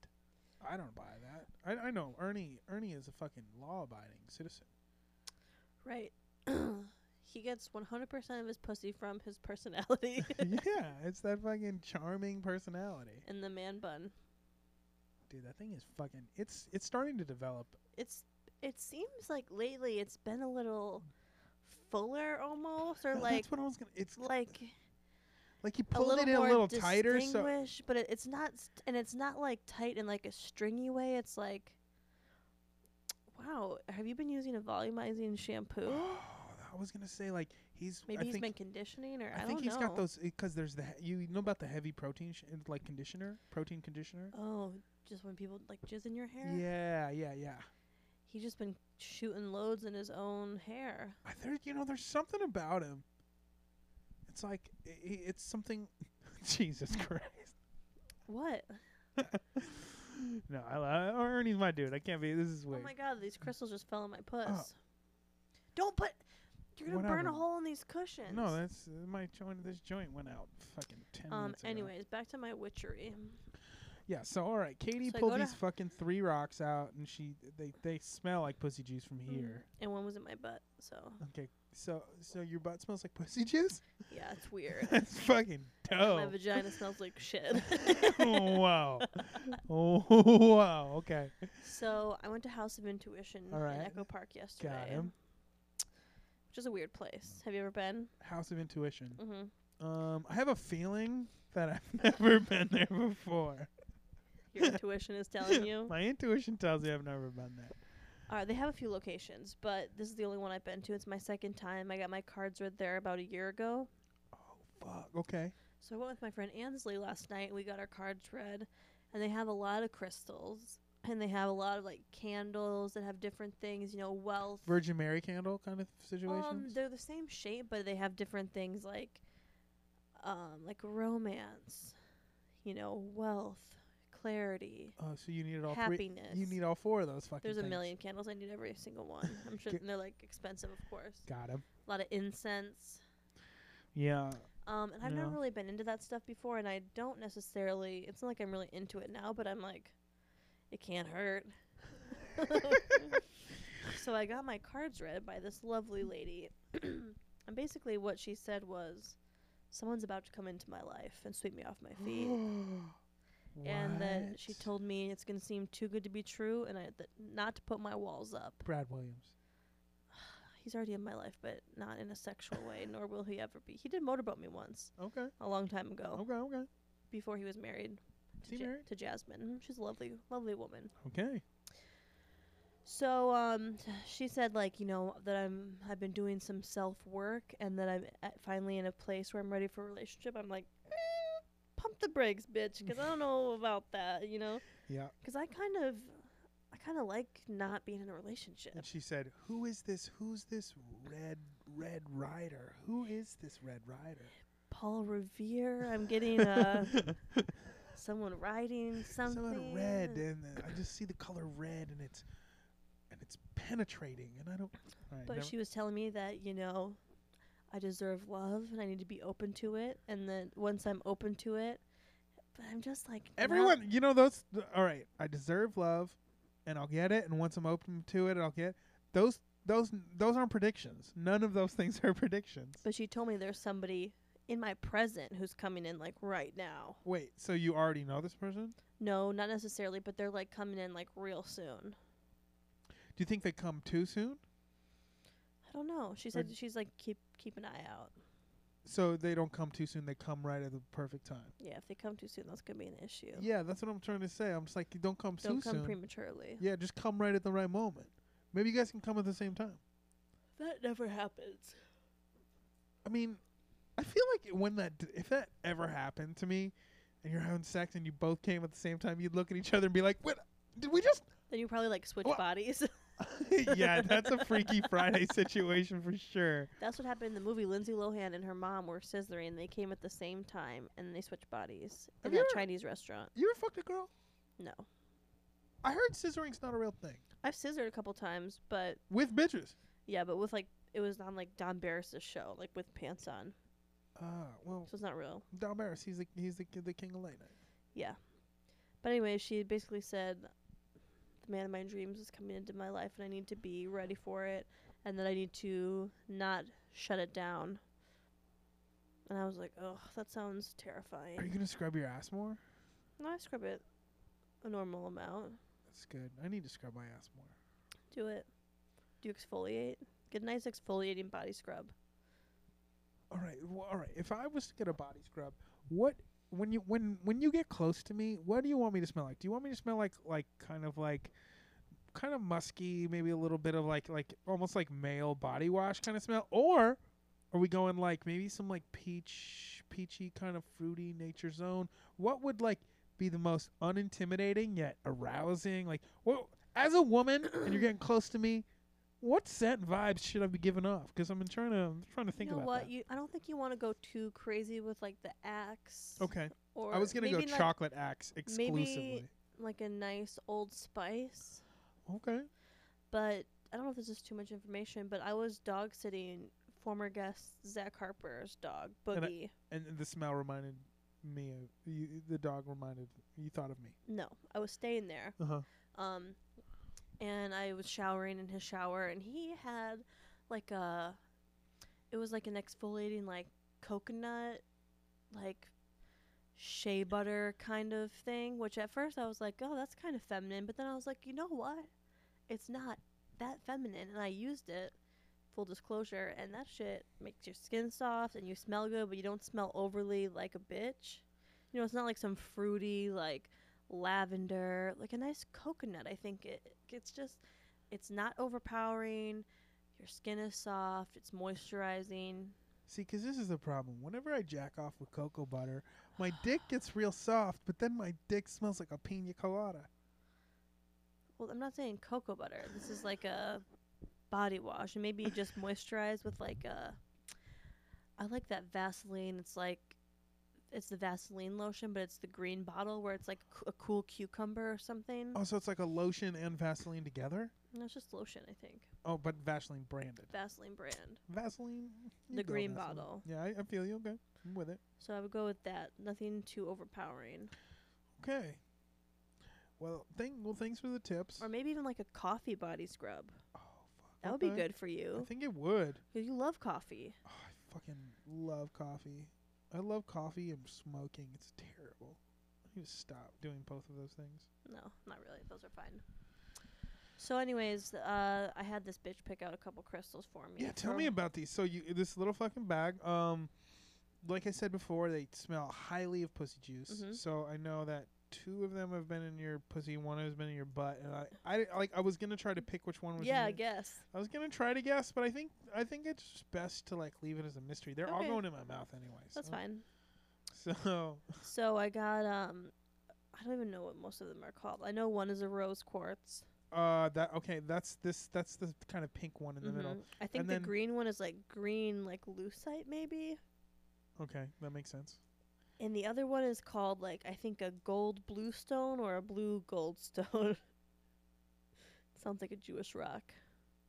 Speaker 3: I don't buy that. I, I know Ernie. Ernie is a fucking law-abiding citizen.
Speaker 2: Right. he gets 100% of his pussy from his personality
Speaker 3: yeah, it's that fucking charming personality,
Speaker 2: and the man bun.
Speaker 3: dude. That thing is fucking. It's it's starting to develop.
Speaker 2: It's it seems like lately it's been a little fuller almost or
Speaker 3: Th-
Speaker 2: like
Speaker 3: that's what I was gonna. It's like,
Speaker 2: like
Speaker 3: like you
Speaker 2: a
Speaker 3: pulled
Speaker 2: little
Speaker 3: it in a
Speaker 2: more
Speaker 3: little tighter. So
Speaker 2: distinguished, but it, it's not, st- and it's not like tight in like a stringy way. It's like, wow, have you been using a volumizing shampoo?
Speaker 3: I was gonna say like he's.
Speaker 2: Maybe
Speaker 3: I
Speaker 2: he's
Speaker 3: think,
Speaker 2: been conditioning, or I,
Speaker 3: I
Speaker 2: don't
Speaker 3: think he's
Speaker 2: know.
Speaker 3: got those because there's the he- you know about the heavy protein sh- eh, like conditioner protein conditioner.
Speaker 2: Oh, just when people like jizz in your hair.
Speaker 3: Yeah, yeah, yeah.
Speaker 2: He's just been shooting loads in his own hair.
Speaker 3: I- there, you know, there's something about him. It's like i- i- it's something. Jesus Christ!
Speaker 2: What? Oh
Speaker 3: No, I, li- Ernie's my dude. I can't be. This is
Speaker 2: Oh
Speaker 3: weird.
Speaker 2: my god, these crystals just fell in my puss.
Speaker 3: Uh.
Speaker 2: don't put. You're gonna
Speaker 3: What
Speaker 2: burn a
Speaker 3: happened?
Speaker 2: hole in these cushions.
Speaker 3: no, that's my joint. This joint went out fucking ten
Speaker 2: Um.
Speaker 3: minutes ago.
Speaker 2: Anyways, back to my witchery.
Speaker 3: Yeah. So all right, Katie
Speaker 2: So I
Speaker 3: pulled
Speaker 2: go to-
Speaker 3: these fucking three rocks out, and she they they smell like pussy juice from
Speaker 2: Mm.
Speaker 3: here.
Speaker 2: and one was in my butt. So
Speaker 3: Okay. So so your butt smells like pussy juice.
Speaker 2: yeah, it's weird.
Speaker 3: That's fucking
Speaker 2: My
Speaker 3: dope.
Speaker 2: vagina smells like shit.
Speaker 3: wow. wow. Okay.
Speaker 2: so I went to House of Intuition
Speaker 3: All
Speaker 2: in
Speaker 3: right.
Speaker 2: Echo Park yesterday,
Speaker 3: Got him.
Speaker 2: which is a weird place. Have you ever been?
Speaker 3: House of Intuition.
Speaker 2: Mm-hmm.
Speaker 3: Um, I have a feeling that I've never been there before.
Speaker 2: Your intuition is telling you.
Speaker 3: My intuition tells me I've never been there.
Speaker 2: All right, they have a few locations, but this is the only one I've been to. It's my second time. I got my cards read there about a year ago.
Speaker 3: Fuck. Okay.
Speaker 2: So I went with my friend Ansley last night. We got our cards read, and they have a lot of crystals, and they have a lot of like candles that have different things. You know, wealth.
Speaker 3: Virgin Mary candle kind of
Speaker 2: Um,
Speaker 3: situation.
Speaker 2: they're the same shape, but they have different things like, um, like romance, you know, wealth, clarity,
Speaker 3: oh, so you needed all three.
Speaker 2: happiness.
Speaker 3: You need all four of those fucking.
Speaker 2: There's a
Speaker 3: things.
Speaker 2: million candles. I need every single one. I'm sure
Speaker 3: Get-
Speaker 2: and they're like expensive, of course.
Speaker 3: Got him.
Speaker 2: A lot of incense.
Speaker 3: Yeah.
Speaker 2: Um, and I've never
Speaker 3: Yeah.
Speaker 2: really been into that stuff before, and I don't necessarily. It's not like I'm really into it now, but I'm like, it can't hurt. so I got my cards read by this lovely lady, and basically what she said was, "Someone's about to come into my life and sweep me off my feet," and that she
Speaker 3: What?
Speaker 2: told me it's gonna seem too good to be true, and I that not to put my walls up.
Speaker 3: Brad Williams.
Speaker 2: He's already in my life, but not in a sexual way, nor will he ever be. He did motorboat me once
Speaker 3: Okay.
Speaker 2: a long time ago,
Speaker 3: Okay. Okay.
Speaker 2: before he was married.
Speaker 3: Oh. Is
Speaker 2: to,
Speaker 3: he
Speaker 2: Ja-
Speaker 3: married?
Speaker 2: to Jasmine. Mhm, She's a lovely, lovely woman.
Speaker 3: Okay.
Speaker 2: So um, she said like you know that I'm I've been doing some self work and that I'm at finally in a place where I'm ready for a relationship. I'm like, eh, pump the brakes, bitch, 'cause I don't know about that, you know?
Speaker 3: Yeah.
Speaker 2: 'Cause I kind of, I kind of like not being in a relationship.
Speaker 3: And she said, "Who is this? Who's this red red rider? Who is this red rider?"
Speaker 2: Paul Revere, I'm getting uh, someone writing something.
Speaker 3: Someone red, and uh, I just see the color red, and it's and it's penetrating, and I don't. all right,
Speaker 2: But
Speaker 3: never-
Speaker 2: she was telling me that, you know, I deserve love and I need to be open to it. And then once I'm open to it, but I'm just like not-
Speaker 3: Everyone, you know those. th- all right, I deserve love, and I'll get it. And once I'm open to it, I'll get those. Those those aren't predictions. None of those things are predictions.
Speaker 2: But she told me there's somebody in my present who's coming in like right now.
Speaker 3: Wait, so you already know this person?
Speaker 2: No, not necessarily, but they're like coming in like real soon.
Speaker 3: Do you think they come too soon?
Speaker 2: I don't know. She said she's like keep keep an eye out.
Speaker 3: So they don't come too soon. They come right at the perfect time.
Speaker 2: Yeah, if they come too soon, that's gonna be an issue.
Speaker 3: Yeah, that's what I'm trying to say. I'm just like, don't come
Speaker 2: Don't
Speaker 3: too
Speaker 2: come
Speaker 3: soon.
Speaker 2: prematurely.
Speaker 3: yeah, just come right at the right moment. Maybe you guys can come at the same time.
Speaker 2: That never happens.
Speaker 3: I mean, I feel like when that d- if that ever happened to me, and you're having sex and you both came at the same time, you'd look at each other and be like, "What? Did we just?"
Speaker 2: Then you probably like switch
Speaker 3: Well-
Speaker 2: bodies.
Speaker 3: yeah, that's a Freaky Friday situation for sure.
Speaker 2: That's what happened in the movie. Lindsay Lohan and her mom were scissoring. They came at the same time and they switched bodies in
Speaker 3: Have you
Speaker 2: that
Speaker 3: ever-
Speaker 2: Chinese restaurant.
Speaker 3: You ever fucked a girl?
Speaker 2: No,
Speaker 3: I heard scissoring's not a real thing
Speaker 2: I've scissored a couple times, but
Speaker 3: with bitches.
Speaker 2: yeah, but with like it was on like Don Barris's show, like with pants on,
Speaker 3: Ah, well,
Speaker 2: so it's not real.
Speaker 3: Don Barris, he's the he's the the king of late night.
Speaker 2: But anyway, she basically said, "The man of my dreams is coming into my life, and I need to be ready for it, and that I need to not shut it down." And I was like, "Oh, that sounds
Speaker 3: Are you
Speaker 2: terrifying."
Speaker 3: gonna scrub your ass more?
Speaker 2: No, I scrub it a normal amount.
Speaker 3: That's good. I need to scrub my ass more.
Speaker 2: Do it. Do you exfoliate? Get a nice exfoliating body scrub.
Speaker 3: All right, well, all right. If I was to get a body scrub, what when you when when you get close to me, what do you want me to smell like? Do you want me to smell like like kind of like kind of musky, maybe a little bit of like like almost like male body wash kind of smell, or are we going like maybe some like peach peachy kind of fruity nature zone? What would like be the most unintimidating yet arousing? Like, what as a woman and you're getting close to me. What scent vibes should I be giving off? Because I'm trying to I'm trying to think
Speaker 2: you know
Speaker 3: about
Speaker 2: what?
Speaker 3: that.
Speaker 2: You I don't think you want to go too crazy with like the axe.
Speaker 3: Okay.
Speaker 2: Or
Speaker 3: I was gonna go
Speaker 2: maybe, like,
Speaker 3: chocolate axe
Speaker 2: maybe-
Speaker 3: exclusively.
Speaker 2: like a nice old spice.
Speaker 3: Okay.
Speaker 2: But I don't know if this is too much information, but I was dog sitting former guest Zach Harper's dog,
Speaker 3: And I-
Speaker 2: Boogie.
Speaker 3: And the smell reminded me of you, the dog reminded you thought of me.
Speaker 2: No, I was staying there.
Speaker 3: Uh huh.
Speaker 2: Um, and I was showering in his shower, and he had like a, it was like an exfoliating like coconut, like shea butter kind of thing. Which at first I was like, oh, that's kind of feminine, but then I was like, you know what? It's not that feminine, and I used it. Full disclosure, and that shit makes your skin soft, and you smell good, but you don't smell overly like a bitch. You know, it's not like some fruity like lavender, like a nice coconut. I think it it's just it's not overpowering. Your skin is soft. It's moisturizing.
Speaker 3: See, 'cause this is the problem. Whenever I jack off with cocoa butter, my dick gets real soft, but then my dick smells like a pina colada.
Speaker 2: Well, I'm not saying cocoa butter. This is like a body wash, and maybe you just moisturize with like a. I like that Vaseline. It's like it's the Vaseline lotion, but it's the green bottle where it's like c- a cool cucumber or something.
Speaker 3: Oh, so it's like a lotion and Vaseline together?
Speaker 2: No, it's just lotion, I think.
Speaker 3: Oh, but Vaseline branded.
Speaker 2: Vaseline brand.
Speaker 3: Vaseline. you
Speaker 2: The
Speaker 3: go
Speaker 2: green
Speaker 3: Vaseline.
Speaker 2: bottle.
Speaker 3: Yeah, I, I feel you. Okay, I'm with it.
Speaker 2: So I would go with that. Nothing too overpowering.
Speaker 3: Okay. Well, thank well thanks for the tips.
Speaker 2: Or maybe even like a coffee body scrub.
Speaker 3: oh, fuck.
Speaker 2: That would be
Speaker 3: Okay.
Speaker 2: good for
Speaker 3: I
Speaker 2: you.
Speaker 3: think it would.
Speaker 2: 'Cause you love coffee.
Speaker 3: Oh, I fucking love coffee. I love coffee and smoking. It's terrible. I need to stop doing both of those things.
Speaker 2: No, not really. Those are fine. So, anyways, uh, I had this bitch pick out a couple crystals for me.
Speaker 3: Yeah, tell
Speaker 2: from-
Speaker 3: me about these. So you this little fucking bag. Um, like I said before, they smell highly of pussy juice.
Speaker 2: Mhm.
Speaker 3: So I know that two of them have been in your pussy, one has been in your butt, and I, I like I was gonna try to pick which one was.
Speaker 2: Yeah, I
Speaker 3: in your,
Speaker 2: guess.
Speaker 3: I was gonna try to guess, but I think I think it's just best to like leave it as a mystery. They're all
Speaker 2: Okay.
Speaker 3: going in my mouth anyway.
Speaker 2: That's
Speaker 3: so-
Speaker 2: fine.
Speaker 3: So
Speaker 2: So, I got, um, I don't even know what most of them are called. I know one is a rose quartz.
Speaker 3: uh, that okay, that's this that's the kind of pink one in the middle.
Speaker 2: Mhm. I think
Speaker 3: And
Speaker 2: the
Speaker 3: then-
Speaker 2: green one is like green, like lucite, maybe. Mm-hmm.
Speaker 3: Okay, that makes sense.
Speaker 2: And the other one is called, like, I think a gold blue stone or a blue gold stone. Sounds like a Jewish rock.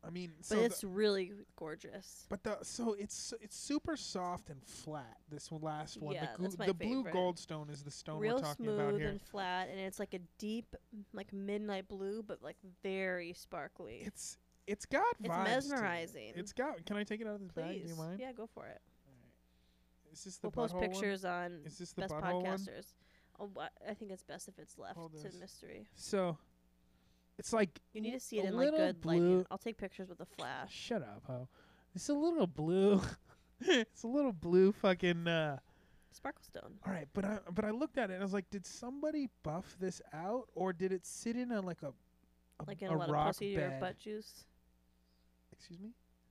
Speaker 3: I mean,
Speaker 2: But
Speaker 3: so the-
Speaker 2: it's really gorgeous.
Speaker 3: But the so it's it's super soft and flat. This last one,
Speaker 2: Yeah,
Speaker 3: the,
Speaker 2: that's my
Speaker 3: the blue
Speaker 2: favorite.
Speaker 3: gold stone is the stone
Speaker 2: real
Speaker 3: we're talking
Speaker 2: smooth
Speaker 3: about here.
Speaker 2: and flat, and it's like a deep, m- like midnight blue, but like very sparkly.
Speaker 3: It's it's got
Speaker 2: It's
Speaker 3: vibes to it.
Speaker 2: mesmerizing.
Speaker 3: It's got. Can I take it out of this bag? Do
Speaker 2: Please,
Speaker 3: you mind?
Speaker 2: yeah, go for it.
Speaker 3: Is this the
Speaker 2: We'll post
Speaker 3: butthole one?
Speaker 2: pictures on
Speaker 3: Is this the
Speaker 2: best
Speaker 3: butthole one?
Speaker 2: podcasters. Oh, wha- I think it's best if it's left
Speaker 3: Hold
Speaker 2: to
Speaker 3: this.
Speaker 2: mystery.
Speaker 3: So it's like
Speaker 2: You need to see it
Speaker 3: a
Speaker 2: in like
Speaker 3: little
Speaker 2: good
Speaker 3: blue-
Speaker 2: lighting. I'll take pictures with a flash.
Speaker 3: Shut up, ho. It's a little blue. it's a little blue fucking. Uh,
Speaker 2: Sparkle stone.
Speaker 3: all right, but I but I looked at it and I was like, did somebody buff this out or did it sit in a like a a,
Speaker 2: Like in
Speaker 3: a
Speaker 2: a, lot of
Speaker 3: rock
Speaker 2: pussy
Speaker 3: bed?
Speaker 2: or butt juice.
Speaker 3: Excuse me.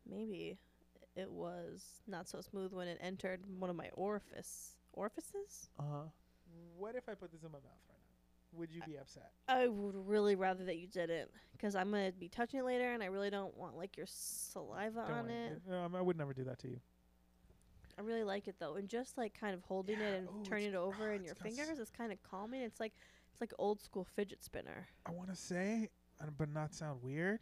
Speaker 2: Maybe it was not so smooth when it entered one of my orifice. Orifices?
Speaker 3: Uh-huh. What if I put this in my mouth right now? Would you be upset?
Speaker 2: I would really rather that you didn't, because I'm gonna be touching it later, and I really don't want like your saliva on it.
Speaker 3: Um, I would never do that to you.
Speaker 2: I really like it though, and just like kind of holding
Speaker 3: Yeah,
Speaker 2: it and
Speaker 3: ooh,
Speaker 2: turning it
Speaker 3: it's-
Speaker 2: over
Speaker 3: ah,
Speaker 2: in
Speaker 3: it's
Speaker 2: your
Speaker 3: got s-
Speaker 2: fingers is kind of calming. It's like it's like old school fidget spinner.
Speaker 3: I want to say, uh, but not sound weird,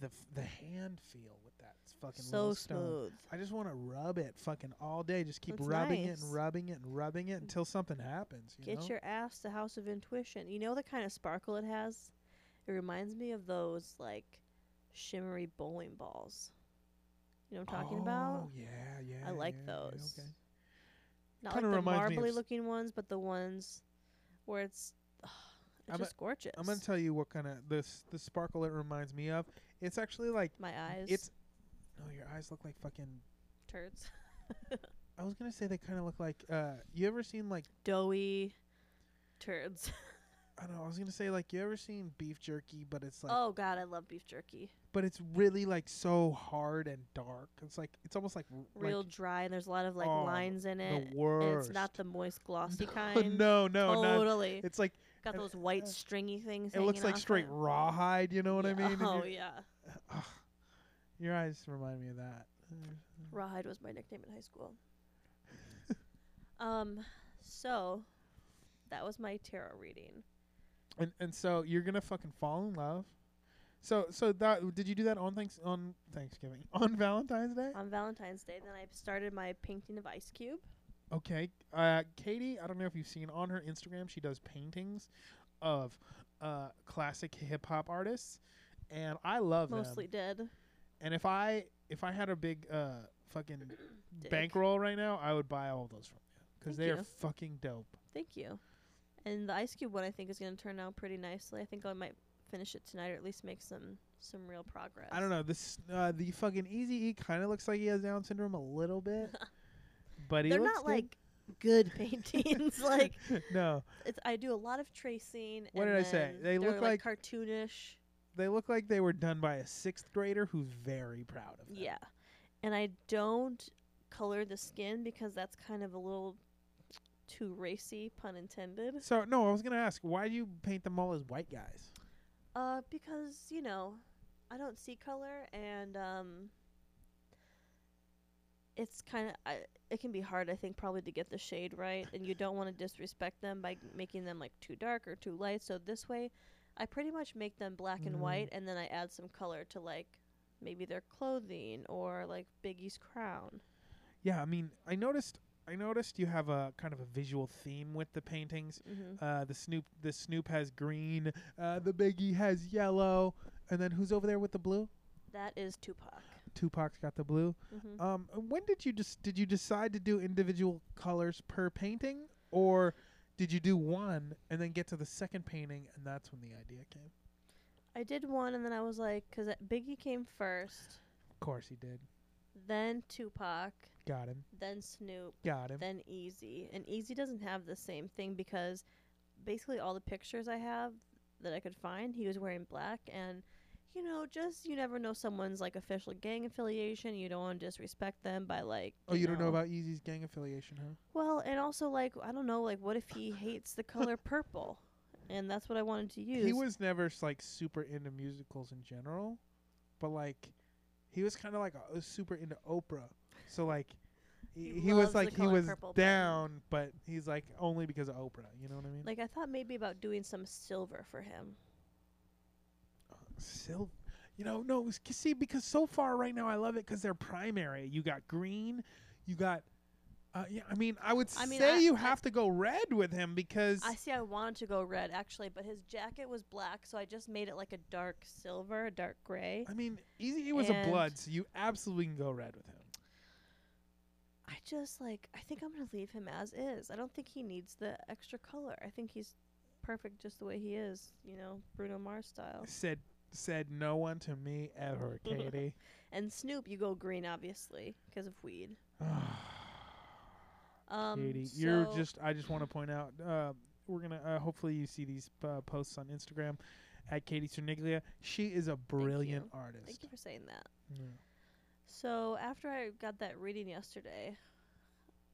Speaker 3: the f- the hand feel with that s- fucking
Speaker 2: So
Speaker 3: little stone.
Speaker 2: smooth.
Speaker 3: I just want to rub it fucking all day. Just keep
Speaker 2: That's
Speaker 3: rubbing it
Speaker 2: nice. Mm.
Speaker 3: and rubbing it and rubbing it until something happens. You
Speaker 2: Get
Speaker 3: know?
Speaker 2: your ass to House of Intuition. You know the kind of sparkle it has. It reminds me of those like shimmery bowling balls. You know what I'm talking about?
Speaker 3: Oh yeah, yeah.
Speaker 2: I like
Speaker 3: yeah, yeah,
Speaker 2: those.
Speaker 3: okay.
Speaker 2: Not
Speaker 3: Kinda
Speaker 2: like the
Speaker 3: reminds me of
Speaker 2: marbly
Speaker 3: s-
Speaker 2: looking ones, but the ones where it's it's
Speaker 3: I'm a-
Speaker 2: just gorgeous.
Speaker 3: I'm gonna tell you what kind of this the sparkle it reminds me of. It's actually like
Speaker 2: My eyes,
Speaker 3: it's. No, your eyes look like fucking.
Speaker 2: turds,
Speaker 3: I was gonna say they kind of look like. uh You ever seen like.
Speaker 2: doughy turds.
Speaker 3: I don't know. I was gonna say like you ever seen beef jerky, but it's like,
Speaker 2: oh God, I love beef jerky.
Speaker 3: but it's really like so hard and dark. It's like it's almost like r-
Speaker 2: Real dry, and there's a lot of like
Speaker 3: Oh,
Speaker 2: lines in
Speaker 3: like
Speaker 2: it,
Speaker 3: the
Speaker 2: and
Speaker 3: worst.
Speaker 2: it's not the moist, glossy kind.
Speaker 3: no, no, no.
Speaker 2: totally.
Speaker 3: It's like
Speaker 2: Got
Speaker 3: and-
Speaker 2: those
Speaker 3: uh,
Speaker 2: white stringy things.
Speaker 3: it looks
Speaker 2: hanging
Speaker 3: like
Speaker 2: off
Speaker 3: straight
Speaker 2: it.
Speaker 3: rawhide. You know what I
Speaker 2: Yeah.
Speaker 3: mean? And
Speaker 2: Oh
Speaker 3: you-
Speaker 2: yeah,
Speaker 3: Ugh. your eyes remind me of that. Uh,
Speaker 2: rawhide was my nickname in high school. um, so that was my tarot reading.
Speaker 3: And and so you're gonna fucking fall in love. So so that did you do that on thanks on Thanksgiving on Valentine's Day?
Speaker 2: on Valentine's Day. Then I started my painting of Ice Cube.
Speaker 3: Okay. Uh, Katie, I don't know if you've seen on her Instagram, she does paintings of uh, classic hip hop artists, and I love
Speaker 2: Mostly
Speaker 3: them.
Speaker 2: dead.
Speaker 3: And if I if I had a big uh, fucking
Speaker 2: Dick.
Speaker 3: bankroll right now, I would buy all those from you because
Speaker 2: Thank
Speaker 3: they are
Speaker 2: you.
Speaker 3: fucking dope.
Speaker 2: Thank you. And the Ice Cube one I think is going to turn out pretty nicely. I think I might finish it tonight or at least make some some real progress.
Speaker 3: I don't know this uh, the fucking Easy E kind of looks like he has Down syndrome a little bit, but he
Speaker 2: They're
Speaker 3: looks
Speaker 2: not
Speaker 3: good.
Speaker 2: like good paintings. like
Speaker 3: no,
Speaker 2: it's, I do a lot of tracing.
Speaker 3: What
Speaker 2: and
Speaker 3: did I say?
Speaker 2: then
Speaker 3: They
Speaker 2: they're,
Speaker 3: look
Speaker 2: like, cartoonish.
Speaker 3: they look like they were done by a sixth grader who's very proud of them.
Speaker 2: Yeah. And I don't color the skin because that's kind of a little too racy, pun intended.
Speaker 3: So no, I was gonna ask why do you paint them all as white guys?
Speaker 2: Uh, because you know, I don't see color, and um, it's kind of it can be hard, I think, probably to get the shade right, and you don't want to disrespect them by making them like too dark or too light. So this way, I pretty much make them black
Speaker 3: Mm.
Speaker 2: and white, and then I add some color to like maybe their clothing or like Biggie's crown.
Speaker 3: Yeah, I mean, I noticed I noticed you have a kind of a visual theme with the paintings.
Speaker 2: Mm-hmm.
Speaker 3: Uh, the Snoop the Snoop has green, uh, the Biggie has yellow, and then who's over there with the blue?
Speaker 2: That is Tupac.
Speaker 3: Tupac's got the blue.
Speaker 2: hmm
Speaker 3: Um, when did you just did you decide to do individual colors per painting, or did you do one and then get to the second painting and that's when the idea came?
Speaker 2: I did one, and then I was like, because Biggie came first,
Speaker 3: Of course he did.
Speaker 2: then Tupac,
Speaker 3: Got him.
Speaker 2: then Snoop.
Speaker 3: Got him.
Speaker 2: than Easy. And Easy doesn't have the same thing because basically all the pictures I have that I could find, he was wearing black and you know, just you never know someone's like official gang affiliation. You don't want to disrespect them by like
Speaker 3: Oh, you don't know about Easy's gang affiliation, huh?
Speaker 2: Well, and also like I don't know, like what if he hates the color purple? And that's what I wanted to use.
Speaker 3: He was never s- like super into musicals in general, but like he was kind of like a, super into Oprah. So like he,
Speaker 2: He
Speaker 3: he
Speaker 2: loves
Speaker 3: was
Speaker 2: the
Speaker 3: like he
Speaker 2: color
Speaker 3: was
Speaker 2: purple, but-
Speaker 3: down, but he's like only because of Oprah. You know what I mean?
Speaker 2: like I thought maybe about doing some silver for him.
Speaker 3: Sil- you know, no, it's, 'cause see, because so far right now I love it because they're primary. You got green, you got. Uh, yeah, I mean, I would
Speaker 2: I mean,
Speaker 3: say
Speaker 2: I-
Speaker 3: you
Speaker 2: I-
Speaker 3: have to go red with him because
Speaker 2: I see. I wanted to go red actually, but his jacket was black, so I just made it like a dark silver, a dark gray.
Speaker 3: I mean, Easy E was a
Speaker 2: And-
Speaker 3: blood, so you absolutely can go red with him.
Speaker 2: I just like I think I'm gonna leave him as is. I don't think he needs the extra color. I think he's perfect just the way he is, you know, Bruno Mars style.
Speaker 3: Said said no one to me ever, Katie.
Speaker 2: And Snoop, you go green obviously because of weed. Um,
Speaker 3: Ah, Katie, you're
Speaker 2: so-
Speaker 3: just. I just want to point out. Uh, we're gonna. Uh, hopefully, you see these uh, posts on Instagram at Katie Cerniglia. She is a brilliant
Speaker 2: you.
Speaker 3: artist.
Speaker 2: Thank you for saying that.
Speaker 3: Yeah.
Speaker 2: So after I got that reading yesterday,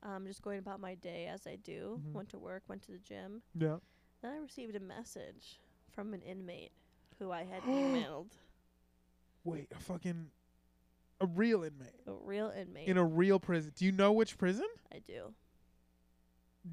Speaker 2: um, just going about my day as I do.
Speaker 3: Mhm.
Speaker 2: Went to work, went to the gym.
Speaker 3: Yeah.
Speaker 2: Then I received a message from an inmate who I had emailed,
Speaker 3: Wait, a fucking a real inmate
Speaker 2: a real inmate.
Speaker 3: in a real prison. Do you know which prison?
Speaker 2: I do.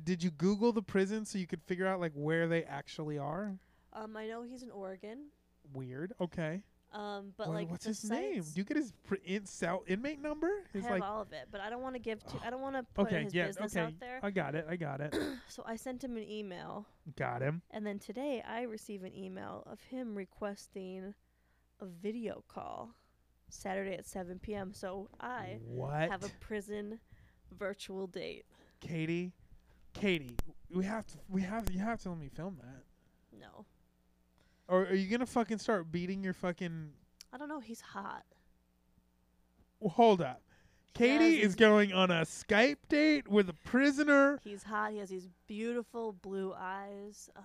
Speaker 3: Did you Google the prison so you could figure out like where they actually are?
Speaker 2: Um, I know he's in Oregon.
Speaker 3: Weird. Okay.
Speaker 2: Um, but
Speaker 3: Wha-
Speaker 2: like
Speaker 3: what's
Speaker 2: the
Speaker 3: his name?
Speaker 2: sites-
Speaker 3: Do you get his pr- in- cell inmate number?
Speaker 2: I
Speaker 3: His
Speaker 2: have
Speaker 3: like.
Speaker 2: all of it, but I don't want to give. To,
Speaker 3: Ugh.
Speaker 2: I don't want to put
Speaker 3: Okay.
Speaker 2: his
Speaker 3: Yeah.
Speaker 2: business
Speaker 3: Okay.
Speaker 2: out there.
Speaker 3: I got it. I got it.
Speaker 2: so I sent him an email,
Speaker 3: got him.
Speaker 2: and then today I receive an email of him requesting a video call Saturday at 7 p.m. So I
Speaker 3: what?
Speaker 2: have a prison virtual date.
Speaker 3: Katie. Katie, we have to. We have. You have to let me film that.
Speaker 2: No,
Speaker 3: Or are you gonna fucking start beating your fucking?
Speaker 2: I don't know. He's hot.
Speaker 3: Well, hold up.
Speaker 2: He has
Speaker 3: Katie is
Speaker 2: these-
Speaker 3: going on a Skype date with a prisoner.
Speaker 2: He's hot. He has these beautiful blue eyes. Ugh.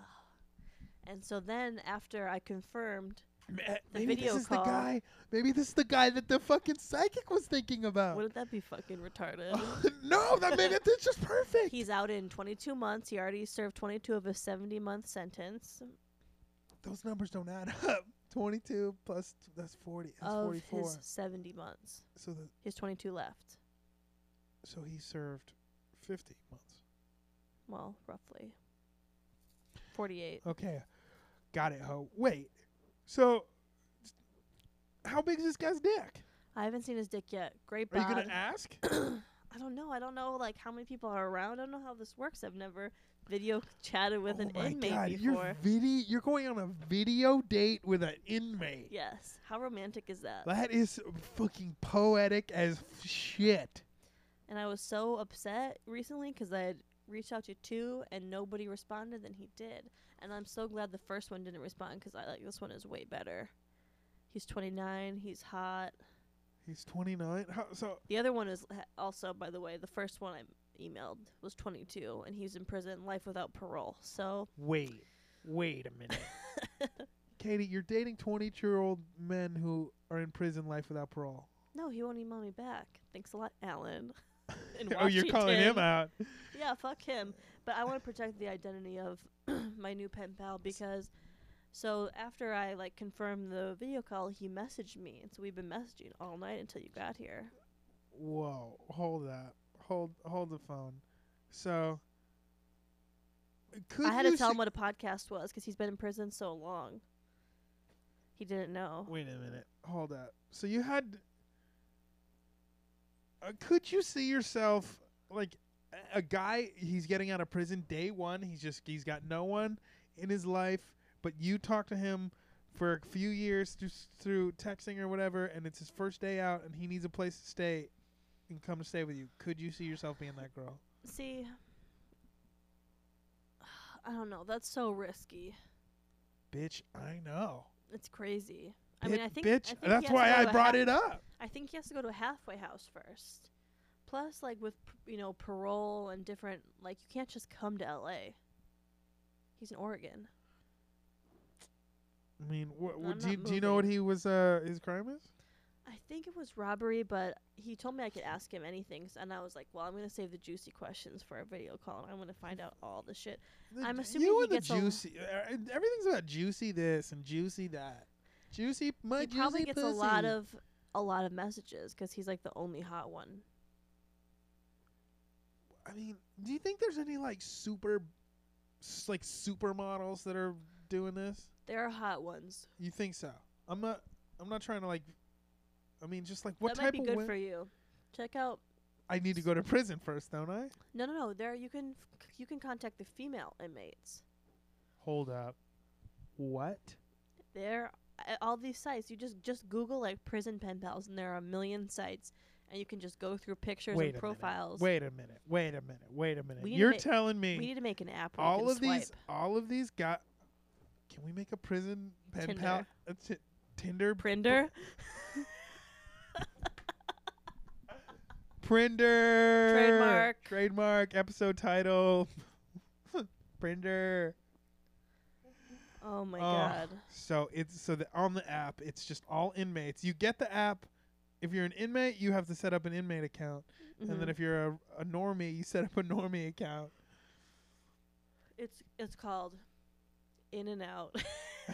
Speaker 2: And so then after I confirmed,
Speaker 3: Ma-
Speaker 2: the
Speaker 3: Maybe
Speaker 2: video
Speaker 3: this is
Speaker 2: call.
Speaker 3: the guy. Maybe this is the guy that the fucking psychic was thinking about.
Speaker 2: wouldn't that be fucking retarded?
Speaker 3: no, that made it that's just perfect.
Speaker 2: He's out in 22 months. He already served 22 of his 70 month sentence
Speaker 3: Those numbers don't add up. Twenty-two plus t- that's forty. That's
Speaker 2: of
Speaker 3: forty-four.
Speaker 2: his 70 months.
Speaker 3: so the,
Speaker 2: He has 22 left.
Speaker 3: so he served fifty months.
Speaker 2: Well, roughly 48.
Speaker 3: Okay, got it. Ho. Wait, so how big is this guy's dick?
Speaker 2: I haven't seen his dick yet. Great
Speaker 3: Uh, Are you
Speaker 2: bod.
Speaker 3: gonna ask?
Speaker 2: I don't know. I don't know like how many people are around. I don't know how this works. I've never video chatted with
Speaker 3: oh
Speaker 2: an
Speaker 3: my
Speaker 2: inmate
Speaker 3: God,
Speaker 2: before.
Speaker 3: You're video. You're going on a video date with an inmate.
Speaker 2: Yes. How romantic is that?
Speaker 3: That is fucking poetic as shit.
Speaker 2: And I was so upset recently because I had reached out to two and nobody responded, and he did. And I'm so glad the first one didn't respond because I like this one is way better. He's 29. He's hot.
Speaker 3: He's 29. How, so
Speaker 2: The other one is ha- also, by the way, the first one I emailed was 22, and he's in prison, life without parole. So
Speaker 3: wait, wait a minute, Katie. You're dating 20 year old men who are in prison, life without parole.
Speaker 2: no, he won't email me back. Thanks a lot, Alan. In
Speaker 3: oh, you're calling him
Speaker 2: Washington.
Speaker 3: out.
Speaker 2: yeah, fuck him. But I want to protect the identity of my new pen pal because so after I like confirmed the video call, he messaged me, and so we've been messaging all night until you got here.
Speaker 3: Whoa, hold up, hold hold the phone. So, could
Speaker 2: I had to
Speaker 3: you
Speaker 2: tell
Speaker 3: su-
Speaker 2: him what a podcast was because he's been in prison so long. He didn't know.
Speaker 3: Wait a minute, hold up. So you had. Uh, could you see yourself like a- a guy? He's getting out of prison day one. He's just he's got no one in his life, but you talk to him for a few years just through texting or whatever, and it's his first day out, and he needs a place to stay, and come to stay with you. Could you see yourself being that girl?
Speaker 2: See, I don't know. That's so risky.
Speaker 3: Bitch, I know.
Speaker 2: It's crazy. I mean,
Speaker 3: Bit-
Speaker 2: I think
Speaker 3: bitch.
Speaker 2: I think he has
Speaker 3: that's
Speaker 2: to
Speaker 3: why
Speaker 2: go
Speaker 3: I
Speaker 2: to a
Speaker 3: brought
Speaker 2: ha-
Speaker 3: it up.
Speaker 2: I think he has to go to a halfway house first. Plus, like with p- you know parole and different, like you can't just come to L.A. He's in Oregon.
Speaker 3: I mean, wha wha-
Speaker 2: I'm
Speaker 3: do you,
Speaker 2: not
Speaker 3: do you know what
Speaker 2: moving.
Speaker 3: he was? Uh, his crime is?
Speaker 2: I think it was robbery, but he told me I could ask him anything, s- and I was like, "Well, I'm gonna save the juicy questions for a video call, and I'm gonna find out all the shit."
Speaker 3: The
Speaker 2: I'm
Speaker 3: ju-
Speaker 2: assuming
Speaker 3: you
Speaker 2: he
Speaker 3: and the
Speaker 2: gets a-
Speaker 3: juicy. uh, everything's about juicy this and juicy that. Juicy, my
Speaker 2: he
Speaker 3: juicy
Speaker 2: probably gets a
Speaker 3: pussy.
Speaker 2: lot of a lot of messages 'cause he's like the only hot one.
Speaker 3: I mean, do you think there's any like super, s- like supermodels that are doing this?
Speaker 2: There are hot ones.
Speaker 3: You think so? I'm not. I'm not trying to like. I mean, just like what
Speaker 2: that
Speaker 3: type
Speaker 2: might be
Speaker 3: of
Speaker 2: good
Speaker 3: wo-
Speaker 2: for you. Check out
Speaker 3: I need to go to prison first, don't I?
Speaker 2: no no no there you can you can contact the female inmates.
Speaker 3: Hold up. What?
Speaker 2: There a- all these sites you just just Google like prison pen pals and there are a million sites and you can just go through pictures
Speaker 3: Wait a
Speaker 2: and
Speaker 3: minute.
Speaker 2: profiles.
Speaker 3: Wait a minute. Wait a minute. Wait a minute.
Speaker 2: We need to
Speaker 3: You're
Speaker 2: ma-
Speaker 3: telling me
Speaker 2: We need to make an app. Where
Speaker 3: all
Speaker 2: we
Speaker 3: of
Speaker 2: can swipe.
Speaker 3: these all of these got can we make a prison pen pal a t- tinder
Speaker 2: Prinder.
Speaker 3: Oh. printer
Speaker 2: Trademark.
Speaker 3: trademark episode title printer
Speaker 2: Oh my
Speaker 3: Oh.
Speaker 2: god.
Speaker 3: so it's so that on the app it's just all inmates you get the app if you're an inmate you have to set up an inmate account and then
Speaker 2: Mhm.
Speaker 3: if you're a, a normie you set up a normie account
Speaker 2: it's it's called In and Out.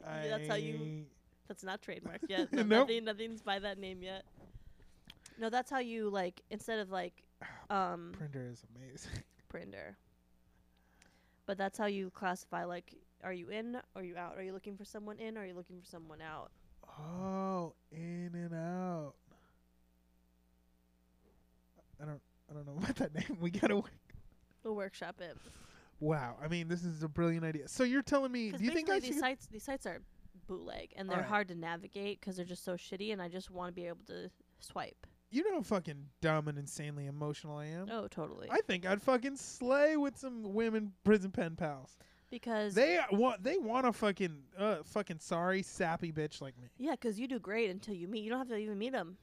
Speaker 2: That's how you- That's not trademark yet. No,
Speaker 3: Nope.
Speaker 2: Nothing, nothing's by that name yet. No, that's how you like instead of like,
Speaker 3: I-
Speaker 2: um,
Speaker 3: printer is amazing
Speaker 2: Prinder. But that's how you classify like, are you in? Are you out? Are you looking for someone in? Or are you looking for someone out?
Speaker 3: Oh, in and out. I don't I don't know about that name. We gotta work.
Speaker 2: We'll workshop it.
Speaker 3: Wow. I mean this is a brilliant idea. So you're telling me
Speaker 2: Because
Speaker 3: do you think
Speaker 2: basically
Speaker 3: I
Speaker 2: these
Speaker 3: should
Speaker 2: sites these sites are bootleg and they're
Speaker 3: Alright.
Speaker 2: hard to navigate because they're just so shitty. And I just want to be able to swipe.
Speaker 3: you know how fucking dumb and insanely emotional I am?
Speaker 2: Oh, totally.
Speaker 3: I think I'd fucking slay with some women prison pen pals.
Speaker 2: because
Speaker 3: They want they want a fucking uh fucking sorry sappy bitch like me.
Speaker 2: Yeah, 'cause you do great until you meet. You don't have to even meet 'em.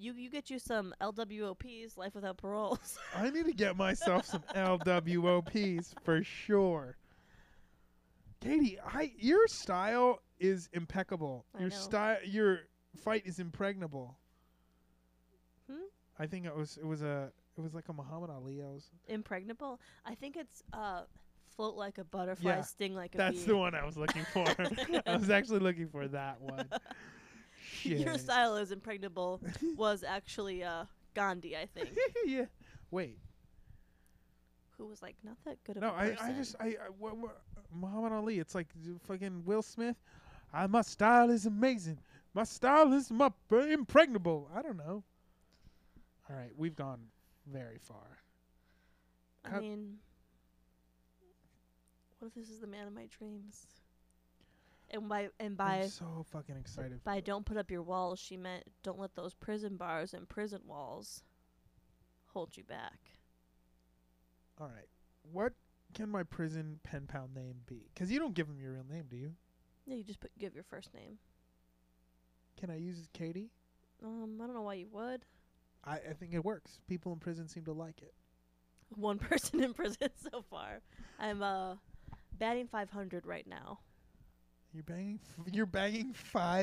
Speaker 2: You you get you some LWOPs, life without paroles.
Speaker 3: I need to get myself some LWOPs for sure. Katie, I your style is impeccable.
Speaker 2: I
Speaker 3: Your
Speaker 2: know.
Speaker 3: style, your fight is impregnable.
Speaker 2: Hmm?
Speaker 3: I think it was it was a it was like a Muhammad Ali. I was,
Speaker 2: Impregnable. I think it's uh, float like a butterfly,
Speaker 3: Yeah,
Speaker 2: sting like a
Speaker 3: that's
Speaker 2: bee.
Speaker 3: the one I was looking for. I was actually looking for that one. Shit.
Speaker 2: Your style is impregnable. was actually uh, Gandhi, I think,
Speaker 3: yeah. Wait.
Speaker 2: who was like not that good of
Speaker 3: No,
Speaker 2: a
Speaker 3: I,
Speaker 2: person.
Speaker 3: I just I, I wha- wha- Muhammad Ali. It's like d- fucking Will Smith. I, my uh, style is amazing. My style is my impregnable. I don't know. All right, we've gone very far.
Speaker 2: I
Speaker 3: How-
Speaker 2: mean, what if this is the man of my dreams? And by and by
Speaker 3: I'm so fucking excited.
Speaker 2: by don't put up your walls, she meant don't let those prison bars and prison walls hold you back.
Speaker 3: All right, what can my prison pen pal name be? Because you don't give him your real name, do you?
Speaker 2: Yeah, you just put, give your first name.
Speaker 3: Can I use Katie?
Speaker 2: Um, I don't know why you would.
Speaker 3: I, I think it works. People in prison seem to like it.
Speaker 2: One person in prison so far. I'm uh batting 500 right now.
Speaker 3: You're banging. F- you're banging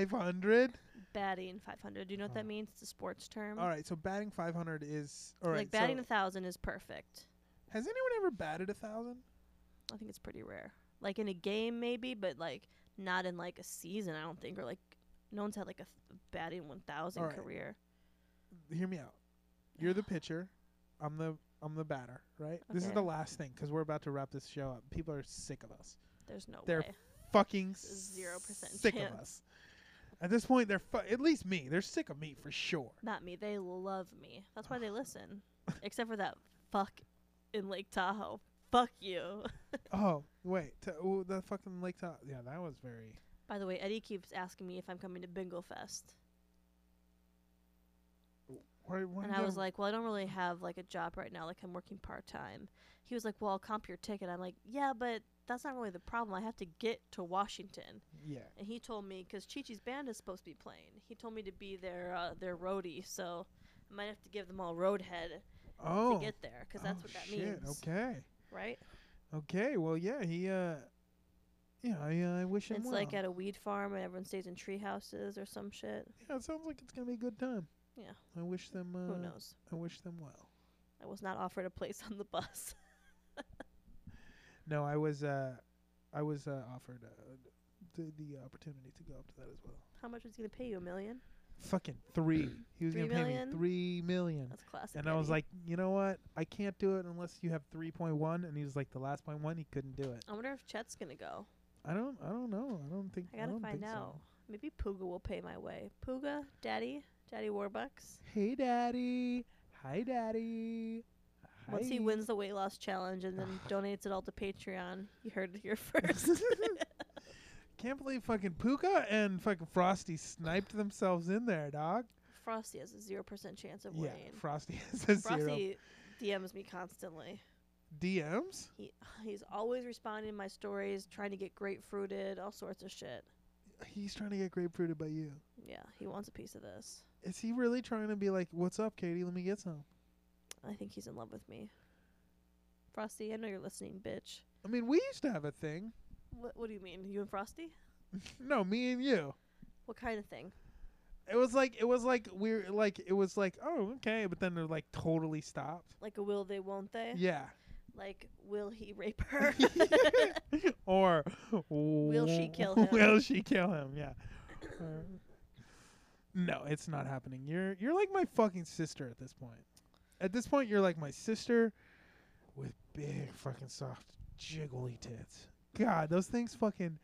Speaker 3: 500.
Speaker 2: Batting 500. Do you know what
Speaker 3: Oh.
Speaker 2: that means? It's a sports term.
Speaker 3: All right, so batting 500 is all right.
Speaker 2: Um, like batting
Speaker 3: so
Speaker 2: a thousand is perfect.
Speaker 3: has anyone ever batted a thousand?
Speaker 2: I think it's pretty rare. Like in a game maybe, but like not in like a season. I don't think or like no one's had like a th- batting 1,000
Speaker 3: Alright.
Speaker 2: career.
Speaker 3: Hear me out. You're the pitcher. I'm the I'm the batter. Right. This is
Speaker 2: Okay.
Speaker 3: the last thing 'cause we're about to wrap this show up. People are sick of us.
Speaker 2: There's no
Speaker 3: They're
Speaker 2: way.
Speaker 3: Fucking
Speaker 2: 0%
Speaker 3: sick
Speaker 2: chance.
Speaker 3: of us. At this point, they're fu- at least me. They're sick of me for sure.
Speaker 2: Not me. They love me. That's why they listen. Except for that fuck in Lake Tahoe. Fuck you.
Speaker 3: Oh wait, t- ooh, the fucking Lake Tahoe. Yeah, that was very.
Speaker 2: By the way, Eddie keeps asking me if I'm coming to Bingo Fest.
Speaker 3: Why, why
Speaker 2: And
Speaker 3: did
Speaker 2: I was like, well, I don't really have like a job right now. Like I'm working part time. He was like, well, I'll comp your ticket. I'm like, yeah, but that's not really the problem. I have to get to Washington.
Speaker 3: yeah.
Speaker 2: And he told me because Chi-Chi's band is supposed to be playing. He told me to be their uh, their roadie, so I might have to give them all roadhead
Speaker 3: Oh,
Speaker 2: to get there because that's
Speaker 3: oh,
Speaker 2: what that
Speaker 3: shit,
Speaker 2: means,
Speaker 3: Okay.
Speaker 2: right?
Speaker 3: Okay, well, yeah, he, uh, yeah, I, uh, I wish him
Speaker 2: It's
Speaker 3: well.
Speaker 2: like at a weed farm and everyone stays in tree houses or some shit.
Speaker 3: yeah, it sounds like it's gonna be a good time.
Speaker 2: Yeah.
Speaker 3: I wish them. Uh,
Speaker 2: Who knows?
Speaker 3: I wish them well.
Speaker 2: I was not offered a place on the bus.
Speaker 3: No, I was, uh, I was uh, offered uh, the the opportunity to go up to that as well.
Speaker 2: How much was he gonna pay you? A million?
Speaker 3: Fucking three. He was
Speaker 2: Three
Speaker 3: gonna pay
Speaker 2: million?
Speaker 3: me three million.
Speaker 2: That's classic.
Speaker 3: And I was
Speaker 2: Eddie.
Speaker 3: like, you know what? I can't do it unless you have three point one. And he was like, the last point one, he couldn't do it.
Speaker 2: I wonder if Chet's gonna go.
Speaker 3: I don't, I don't know. I don't think.
Speaker 2: I gotta
Speaker 3: don't
Speaker 2: find
Speaker 3: think so.
Speaker 2: out. Maybe Puga will pay my way. Puga, Daddy, Daddy Warbucks.
Speaker 3: Hey, daddy. Hi, daddy.
Speaker 2: Once he
Speaker 3: Hi.
Speaker 2: wins the weight loss challenge and then donates it all to Patreon, you heard it here first.
Speaker 3: Can't believe fucking Puka and fucking Frosty sniped themselves in there, dog.
Speaker 2: Frosty has a zero percent chance of
Speaker 3: Yeah,
Speaker 2: winning.
Speaker 3: Frosty has a zero.
Speaker 2: Frosty DMs me constantly.
Speaker 3: DMs?
Speaker 2: He he's always responding to my stories, trying to get grapefruited, all sorts of shit.
Speaker 3: He's trying to get grapefruited by you.
Speaker 2: Yeah, he wants a piece of this.
Speaker 3: Is he really trying to be like, what's up, Katie? Let me get some?
Speaker 2: I think he's in love with me. Frosty, I know you're listening, bitch.
Speaker 3: I mean, we used to have a thing.
Speaker 2: What what do you mean? You and Frosty?
Speaker 3: No, me and you.
Speaker 2: What kind of thing?
Speaker 3: It was like, it was like, we're like, it was like, oh, okay. But then they're like totally stopped.
Speaker 2: Like a will they won't they?
Speaker 3: Yeah.
Speaker 2: Like will he rape her? Oh,
Speaker 3: or
Speaker 2: Will she kill him?
Speaker 3: Will she kill him? Yeah. Or- no, it's not happening. You're you're like my fucking sister at this point. At this point, you're like my sister with big fucking soft jiggly tits. God, those things fucking.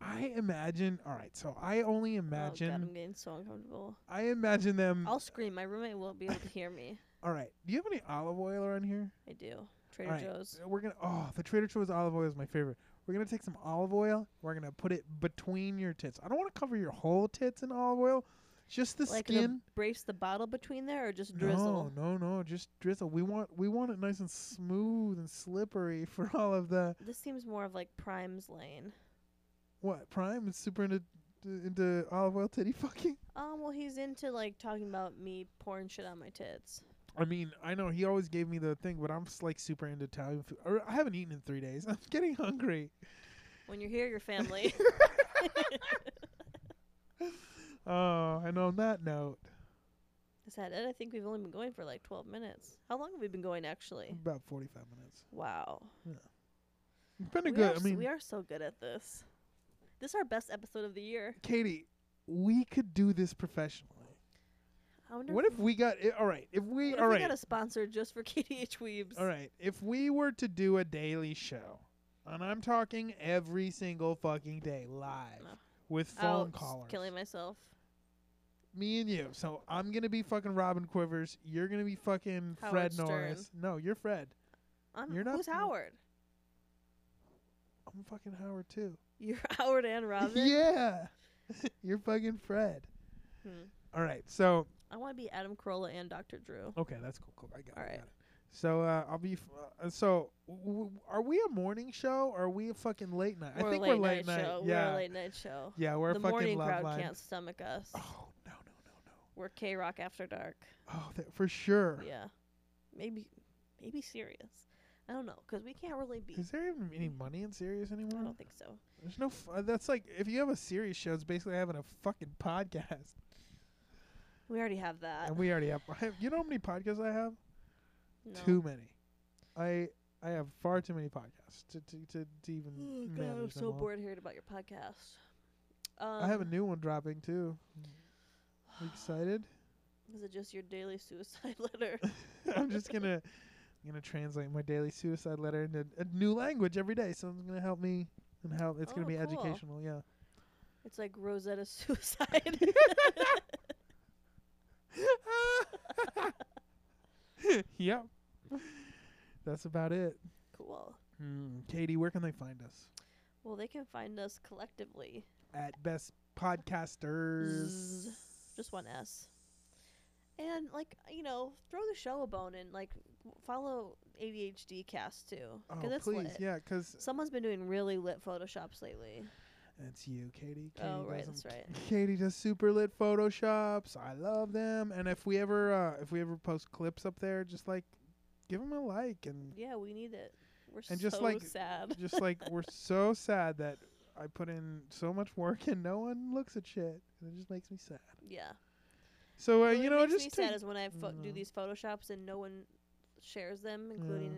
Speaker 3: I imagine. All right, so I only
Speaker 2: Oh god,
Speaker 3: imagine. Mm.
Speaker 2: I'm getting so uncomfortable.
Speaker 3: I imagine them.
Speaker 2: I'll scream. My roommate won't be able to hear me.
Speaker 3: all right, do you have any olive oil around here?
Speaker 2: I do. Trader
Speaker 3: Alright,
Speaker 2: Joe's.
Speaker 3: uh, We're gonna oh the Trader Joe's olive oil is my favorite. We're gonna take some olive oil. We're gonna put it between your tits. I don't want to cover your whole tits in olive oil, just the
Speaker 2: like
Speaker 3: skin.
Speaker 2: brace the bottle between there or just drizzle?
Speaker 3: No, no, no, just drizzle. We want we want it nice and smooth and slippery for all of the
Speaker 2: This seems more of like Prime's lane.
Speaker 3: what Prime is super into into olive oil titty fucking.
Speaker 2: Um, well, he's into like talking about me pouring shit on my tits.
Speaker 3: I mean, I know he always gave me the thing, but I'm s- like super into Italian food. Or I haven't eaten in three days. I'm getting hungry.
Speaker 2: When you're here, your family.
Speaker 3: Oh, and on that note,
Speaker 2: Is that it? I think we've only been going for like 12 minutes. How long have we been going actually?
Speaker 3: about 45 minutes.
Speaker 2: Wow.
Speaker 3: It's been a
Speaker 2: We
Speaker 3: good.
Speaker 2: are
Speaker 3: I
Speaker 2: s-
Speaker 3: mean,
Speaker 2: we are so good at this. This is our best episode of the year.
Speaker 3: Katie, we could do this professionally.
Speaker 2: I wonder
Speaker 3: What
Speaker 2: if,
Speaker 3: if we got i all right? If we
Speaker 2: what
Speaker 3: all
Speaker 2: if
Speaker 3: right,
Speaker 2: we got a sponsor just for KDH Weebs?
Speaker 3: all right. If we were to do a daily show, and I'm talking every single fucking day live
Speaker 2: No.
Speaker 3: with
Speaker 2: Ouch,
Speaker 3: phone callers,
Speaker 2: Killing Oh, myself.
Speaker 3: me and you. So I'm gonna be fucking Robin Quivers. You're gonna be fucking
Speaker 2: Howard
Speaker 3: Fred
Speaker 2: Stern.
Speaker 3: Norris. No, you're Fred.
Speaker 2: I'm,
Speaker 3: You're not
Speaker 2: who's
Speaker 3: from-
Speaker 2: Howard?
Speaker 3: I'm fucking Howard too.
Speaker 2: You're Howard and Robin.
Speaker 3: Yeah, you're fucking Fred.
Speaker 2: Hmm.
Speaker 3: All right, so
Speaker 2: I want to be Adam Carolla and Dr. Drew.
Speaker 3: okay, that's cool. Cool, I got it.
Speaker 2: All
Speaker 3: I
Speaker 2: right.
Speaker 3: got it. So uh, I'll be. F- uh, so w- w- are we a morning show or are we a fucking late night? I
Speaker 2: we're
Speaker 3: think
Speaker 2: a late
Speaker 3: we're late
Speaker 2: night,
Speaker 3: night.
Speaker 2: show.
Speaker 3: Yeah,
Speaker 2: We're a late night show.
Speaker 3: yeah, we're
Speaker 2: the
Speaker 3: a fucking
Speaker 2: morning
Speaker 3: love
Speaker 2: crowd
Speaker 3: line.
Speaker 2: can't stomach us.
Speaker 3: Oh no no no no.
Speaker 2: We're K Rock after dark.
Speaker 3: Oh, that, for sure.
Speaker 2: Yeah, maybe, maybe serious. I don't know because we can't really be.
Speaker 3: Is there even any money in series
Speaker 2: I
Speaker 3: anymore?
Speaker 2: don't think so.
Speaker 3: There's no. F- uh, that's like if you have a series show, it's basically having a fucking podcast.
Speaker 2: We already have that.
Speaker 3: and we already have. I have you know how many podcasts I have?
Speaker 2: No.
Speaker 3: Too many. I I have far too many podcasts to to, to, to even
Speaker 2: Oh, God,
Speaker 3: manage
Speaker 2: I'm
Speaker 3: them
Speaker 2: so
Speaker 3: all.
Speaker 2: bored hearing about your podcast. Um,
Speaker 3: I have a new one dropping too. You excited?
Speaker 2: Is it just your daily suicide letter?
Speaker 3: I'm just gonna I'm gonna translate my daily suicide letter into a new language every day. Someone's gonna help me and help. It's gonna
Speaker 2: Oh,
Speaker 3: be
Speaker 2: cool.
Speaker 3: educational. Yeah.
Speaker 2: it's like Rosetta's suicide.
Speaker 3: yep. That's about it.
Speaker 2: cool. Hmm.
Speaker 3: Katie, where can they find us?
Speaker 2: Well, they can find us collectively.
Speaker 3: At Best Podcasters.
Speaker 2: Zzz. Just one S. And like you know, throw the show a bone and like w- follow ADHD Cast too. 'cause
Speaker 3: Oh,
Speaker 2: that's
Speaker 3: please,
Speaker 2: lit.
Speaker 3: yeah, because
Speaker 2: Someone's been doing really lit photoshops lately.
Speaker 3: it's you, Katie. Katie
Speaker 2: Oh, right,
Speaker 3: does 'em.
Speaker 2: that's right.
Speaker 3: Katie does super lit photoshops. I love them. And if we ever, uh, if we ever post clips up there, just like give them a like and
Speaker 2: Yeah, we need it. We're
Speaker 3: And
Speaker 2: so
Speaker 3: just, like,
Speaker 2: sad.
Speaker 3: just like we're so sad that I put in so much work and no one looks at shit, and it just makes me sad.
Speaker 2: yeah.
Speaker 3: So uh,
Speaker 2: What
Speaker 3: you know,
Speaker 2: makes
Speaker 3: just
Speaker 2: me
Speaker 3: take-
Speaker 2: sad is when I fo- do
Speaker 3: Mm.
Speaker 2: these photoshops and no one shares them, including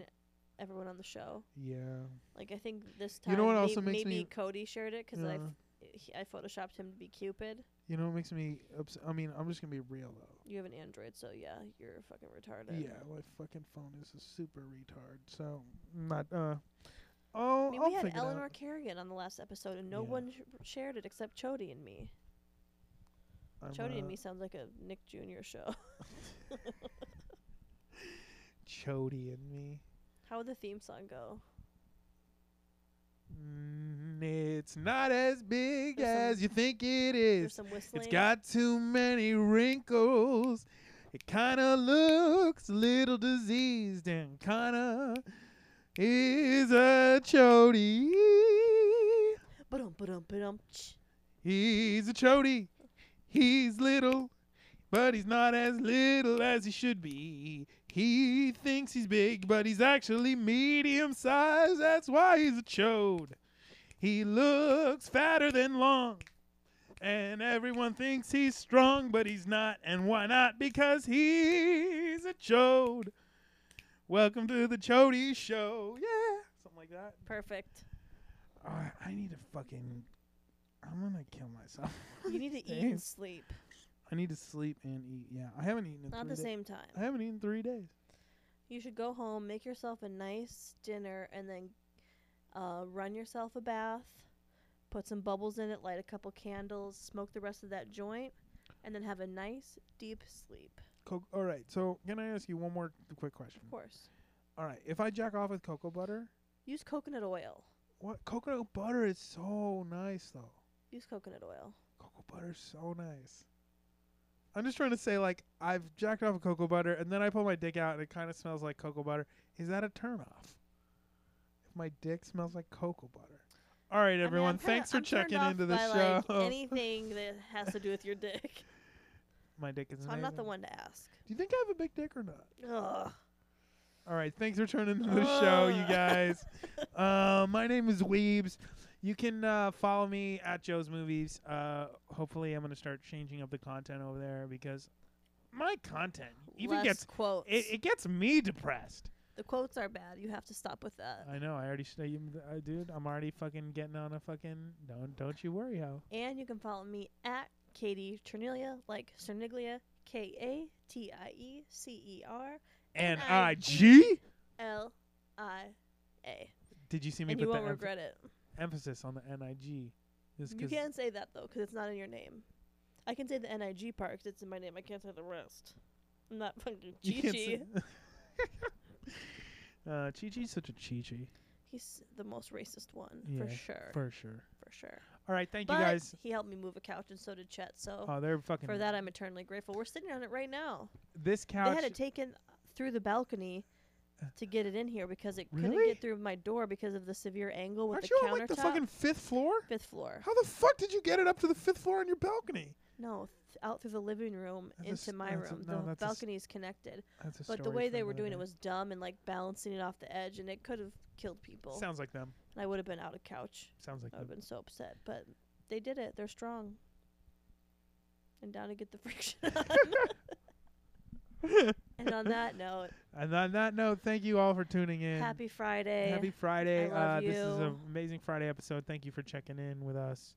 Speaker 2: everyone on the show.
Speaker 3: yeah.
Speaker 2: Like I think this time,
Speaker 3: You know what
Speaker 2: may-
Speaker 3: also makes
Speaker 2: maybe
Speaker 3: me-
Speaker 2: Cody shared it because I,
Speaker 3: Yeah.
Speaker 2: f- he- I photoshopped him to be Cupid.
Speaker 3: You know what makes me ups- I mean, I'm just gonna be real though.
Speaker 2: You have an Android, so yeah, you're fucking retarded.
Speaker 3: Yeah, my fucking phone is a super retard. So not uh. Oh,
Speaker 2: I mean,
Speaker 3: will
Speaker 2: we had
Speaker 3: figure it out.
Speaker 2: Eleanor Kerrigan on the last episode, and no
Speaker 3: Yeah.
Speaker 2: one sh- shared it except Chody and me.
Speaker 3: I'm,
Speaker 2: Chody and
Speaker 3: uh,
Speaker 2: me sounds like a Nick Jr. show.
Speaker 3: Chody and me.
Speaker 2: How would the theme song go?
Speaker 3: Mm, it's not as big
Speaker 2: There's some-
Speaker 3: as you think it
Speaker 2: There's
Speaker 3: is.
Speaker 2: some whistling.
Speaker 3: It's got too many wrinkles. It kinda looks a little diseased and kinda is a chody.
Speaker 2: Ba-dum, ba-dum, ba-dum, tch.
Speaker 3: He's a chody. He's little, but he's not as little as he should be. He thinks he's big, but he's actually medium sized. That's why he's a chode. He looks fatter than long. And everyone thinks he's strong, but he's not. And why not? Because he's a chode. Welcome to the Chody Show. Yeah. Something like that.
Speaker 2: Perfect.
Speaker 3: I I need to fucking. I'm gonna kill myself.
Speaker 2: You need to eat
Speaker 3: Same.
Speaker 2: and sleep.
Speaker 3: I need to sleep and eat. Yeah, I haven't eaten. In
Speaker 2: Not
Speaker 3: three
Speaker 2: the
Speaker 3: days.
Speaker 2: same time.
Speaker 3: I haven't eaten in three days.
Speaker 2: You should go home, make yourself a nice dinner, and then uh, run yourself a bath, put some bubbles in it, light a couple candles, smoke the rest of that joint, and then have a nice, deep sleep.
Speaker 3: Coco. All right. So can I ask you one more quick question?
Speaker 2: Of course.
Speaker 3: All right. If I jack off with cocoa butter,
Speaker 2: Use coconut oil.
Speaker 3: what coconut butter is so nice though.
Speaker 2: Use coconut oil.
Speaker 3: Cocoa butter is so nice. I'm just trying to say like I've jacked off with cocoa butter and then I pull my dick out and it kind of smells like cocoa butter. Is that a turn off? If my dick smells like cocoa butter. All right,
Speaker 2: I mean, I'm
Speaker 3: everyone.
Speaker 2: kinda-
Speaker 3: Thanks for
Speaker 2: I'm turned
Speaker 3: checking
Speaker 2: off
Speaker 3: into the
Speaker 2: by,
Speaker 3: show.
Speaker 2: like, anything that has to do with your dick.
Speaker 3: My dick is.
Speaker 2: So I'm not the
Speaker 3: amazing.
Speaker 2: one to ask.
Speaker 3: Do you think I have a big dick or not?
Speaker 2: Ugh.
Speaker 3: All right, thanks for tuning into the show, you
Speaker 2: Ugh.
Speaker 3: guys. uh, my name is Weebs. You can uh, follow me at Joe's Movies. Uh, hopefully, I'm going to start changing up the content over there because my content even
Speaker 2: Less
Speaker 3: gets
Speaker 2: quotes.
Speaker 3: it, it gets me depressed.
Speaker 2: the quotes are bad. You have to stop with that.
Speaker 3: I know. I already, st- you, uh, dude. I'm already fucking getting on a fucking. Don't don't you worry, how.
Speaker 2: And you can follow me at Katie Terniglia, like Cerniglia, K A T I E C E R
Speaker 3: N
Speaker 2: N I
Speaker 3: I G.
Speaker 2: L I A.
Speaker 3: Did you see me
Speaker 2: And
Speaker 3: put
Speaker 2: you
Speaker 3: the uh,
Speaker 2: won't
Speaker 3: emph-
Speaker 2: regret it.
Speaker 3: emphasis on the N I G? Is
Speaker 2: You can't say that though, because it's not in your name. I can say the NIG part 'cause it's in my name. I can't say the rest. I'm not fucking
Speaker 3: You can't
Speaker 2: Gigi.
Speaker 3: say- uh, Chi Chi's such a Chi Chi.
Speaker 2: He's the most racist one for
Speaker 3: Yeah,
Speaker 2: sure.
Speaker 3: For
Speaker 2: For,
Speaker 3: sure.
Speaker 2: sure.
Speaker 3: All right, thank
Speaker 2: but
Speaker 3: you guys.
Speaker 2: he helped me move a couch, and so did Chet. So
Speaker 3: Oh, they're fucking.
Speaker 2: for that, I'm eternally grateful. We're sitting on it right now.
Speaker 3: this
Speaker 2: They
Speaker 3: couch. Uh,
Speaker 2: had it taken through the balcony to get it in here because it couldn't
Speaker 3: Really?
Speaker 2: get through my door because of the severe angle with
Speaker 3: aren't
Speaker 2: the
Speaker 3: you
Speaker 2: countertop.
Speaker 3: on like the fucking fifth floor?
Speaker 2: fifth floor.
Speaker 3: How the fuck did you get it up to the fifth floor on your balcony?
Speaker 2: No, th- out through the living room
Speaker 3: That's a s-
Speaker 2: into my
Speaker 3: that's a-
Speaker 2: room.
Speaker 3: no,
Speaker 2: the
Speaker 3: that's a s-
Speaker 2: balcony is connected,
Speaker 3: That's a
Speaker 2: but the way they were doing it was dumb and like balancing it off the edge, and it could have killed people.
Speaker 3: Sounds like them.
Speaker 2: and I would have been out of couch.
Speaker 3: Sounds like
Speaker 2: I would have
Speaker 3: them.
Speaker 2: been so upset, but they did it. They're strong. And down to get the friction on. and on that note,
Speaker 3: And on that note, thank you all for tuning in.
Speaker 2: happy Friday.
Speaker 3: Happy Friday.
Speaker 2: I love
Speaker 3: uh, This is an
Speaker 2: you.
Speaker 3: amazing Friday episode. Thank you for checking in with us.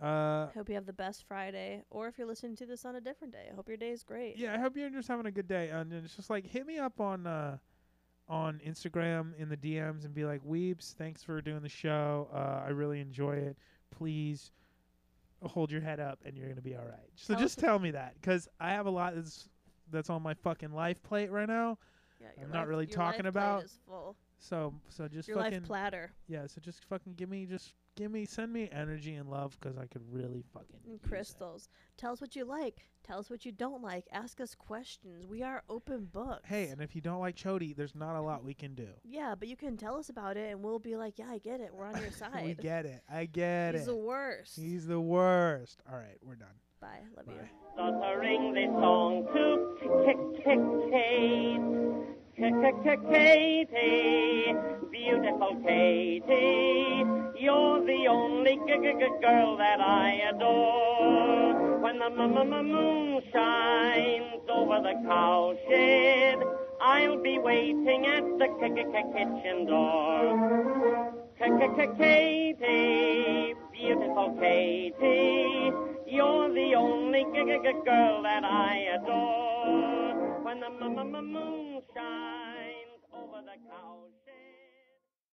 Speaker 3: Uh,
Speaker 2: Hope you have the best Friday, or if you're listening to this on a different day, I hope your day is great.
Speaker 3: yeah, I hope you're just having a good day. And it's just like hit me up on uh, on Instagram in the DMs and be like, "Weeps, thanks for doing the show. Uh, I really enjoy it. Please hold your head up, and you're gonna be all right." So
Speaker 2: Tell us
Speaker 3: just tell me that because I have a lot that's that's on my fucking life plate right now.
Speaker 2: Yeah,
Speaker 3: I'm not really
Speaker 2: your
Speaker 3: talking
Speaker 2: life plate
Speaker 3: about
Speaker 2: is full.
Speaker 3: So so just
Speaker 2: your
Speaker 3: fucking
Speaker 2: life platter
Speaker 3: yeah. So just fucking give me just give me send me energy and love because I could really fucking use
Speaker 2: and
Speaker 3: it.
Speaker 2: crystals. Tell us what you like. Tell us what you don't like. Ask us questions. We are open books.
Speaker 3: Hey, and if you don't like Chody, there's not a lot we can do.
Speaker 2: yeah, but you can tell us about it, and we'll be like, yeah, I get it. We're on your side.
Speaker 3: we get it. I get
Speaker 2: He's
Speaker 3: it.
Speaker 2: the worst.
Speaker 3: He's the worst. All right, we're done.
Speaker 2: Bye. Love
Speaker 3: Bye.
Speaker 2: you.
Speaker 1: Stuttering this song to K- K- Kate. K- K- K- Katie, beautiful Katie, you're the only g- g- g- girl that I adore. When the m- m- m- moon shines over the cow shed, I'll be waiting at the k- k- k- kitchen door. Katie, beautiful Katie, you're the only g- g- g- girl that I adore. When the m- m- m- moon shines.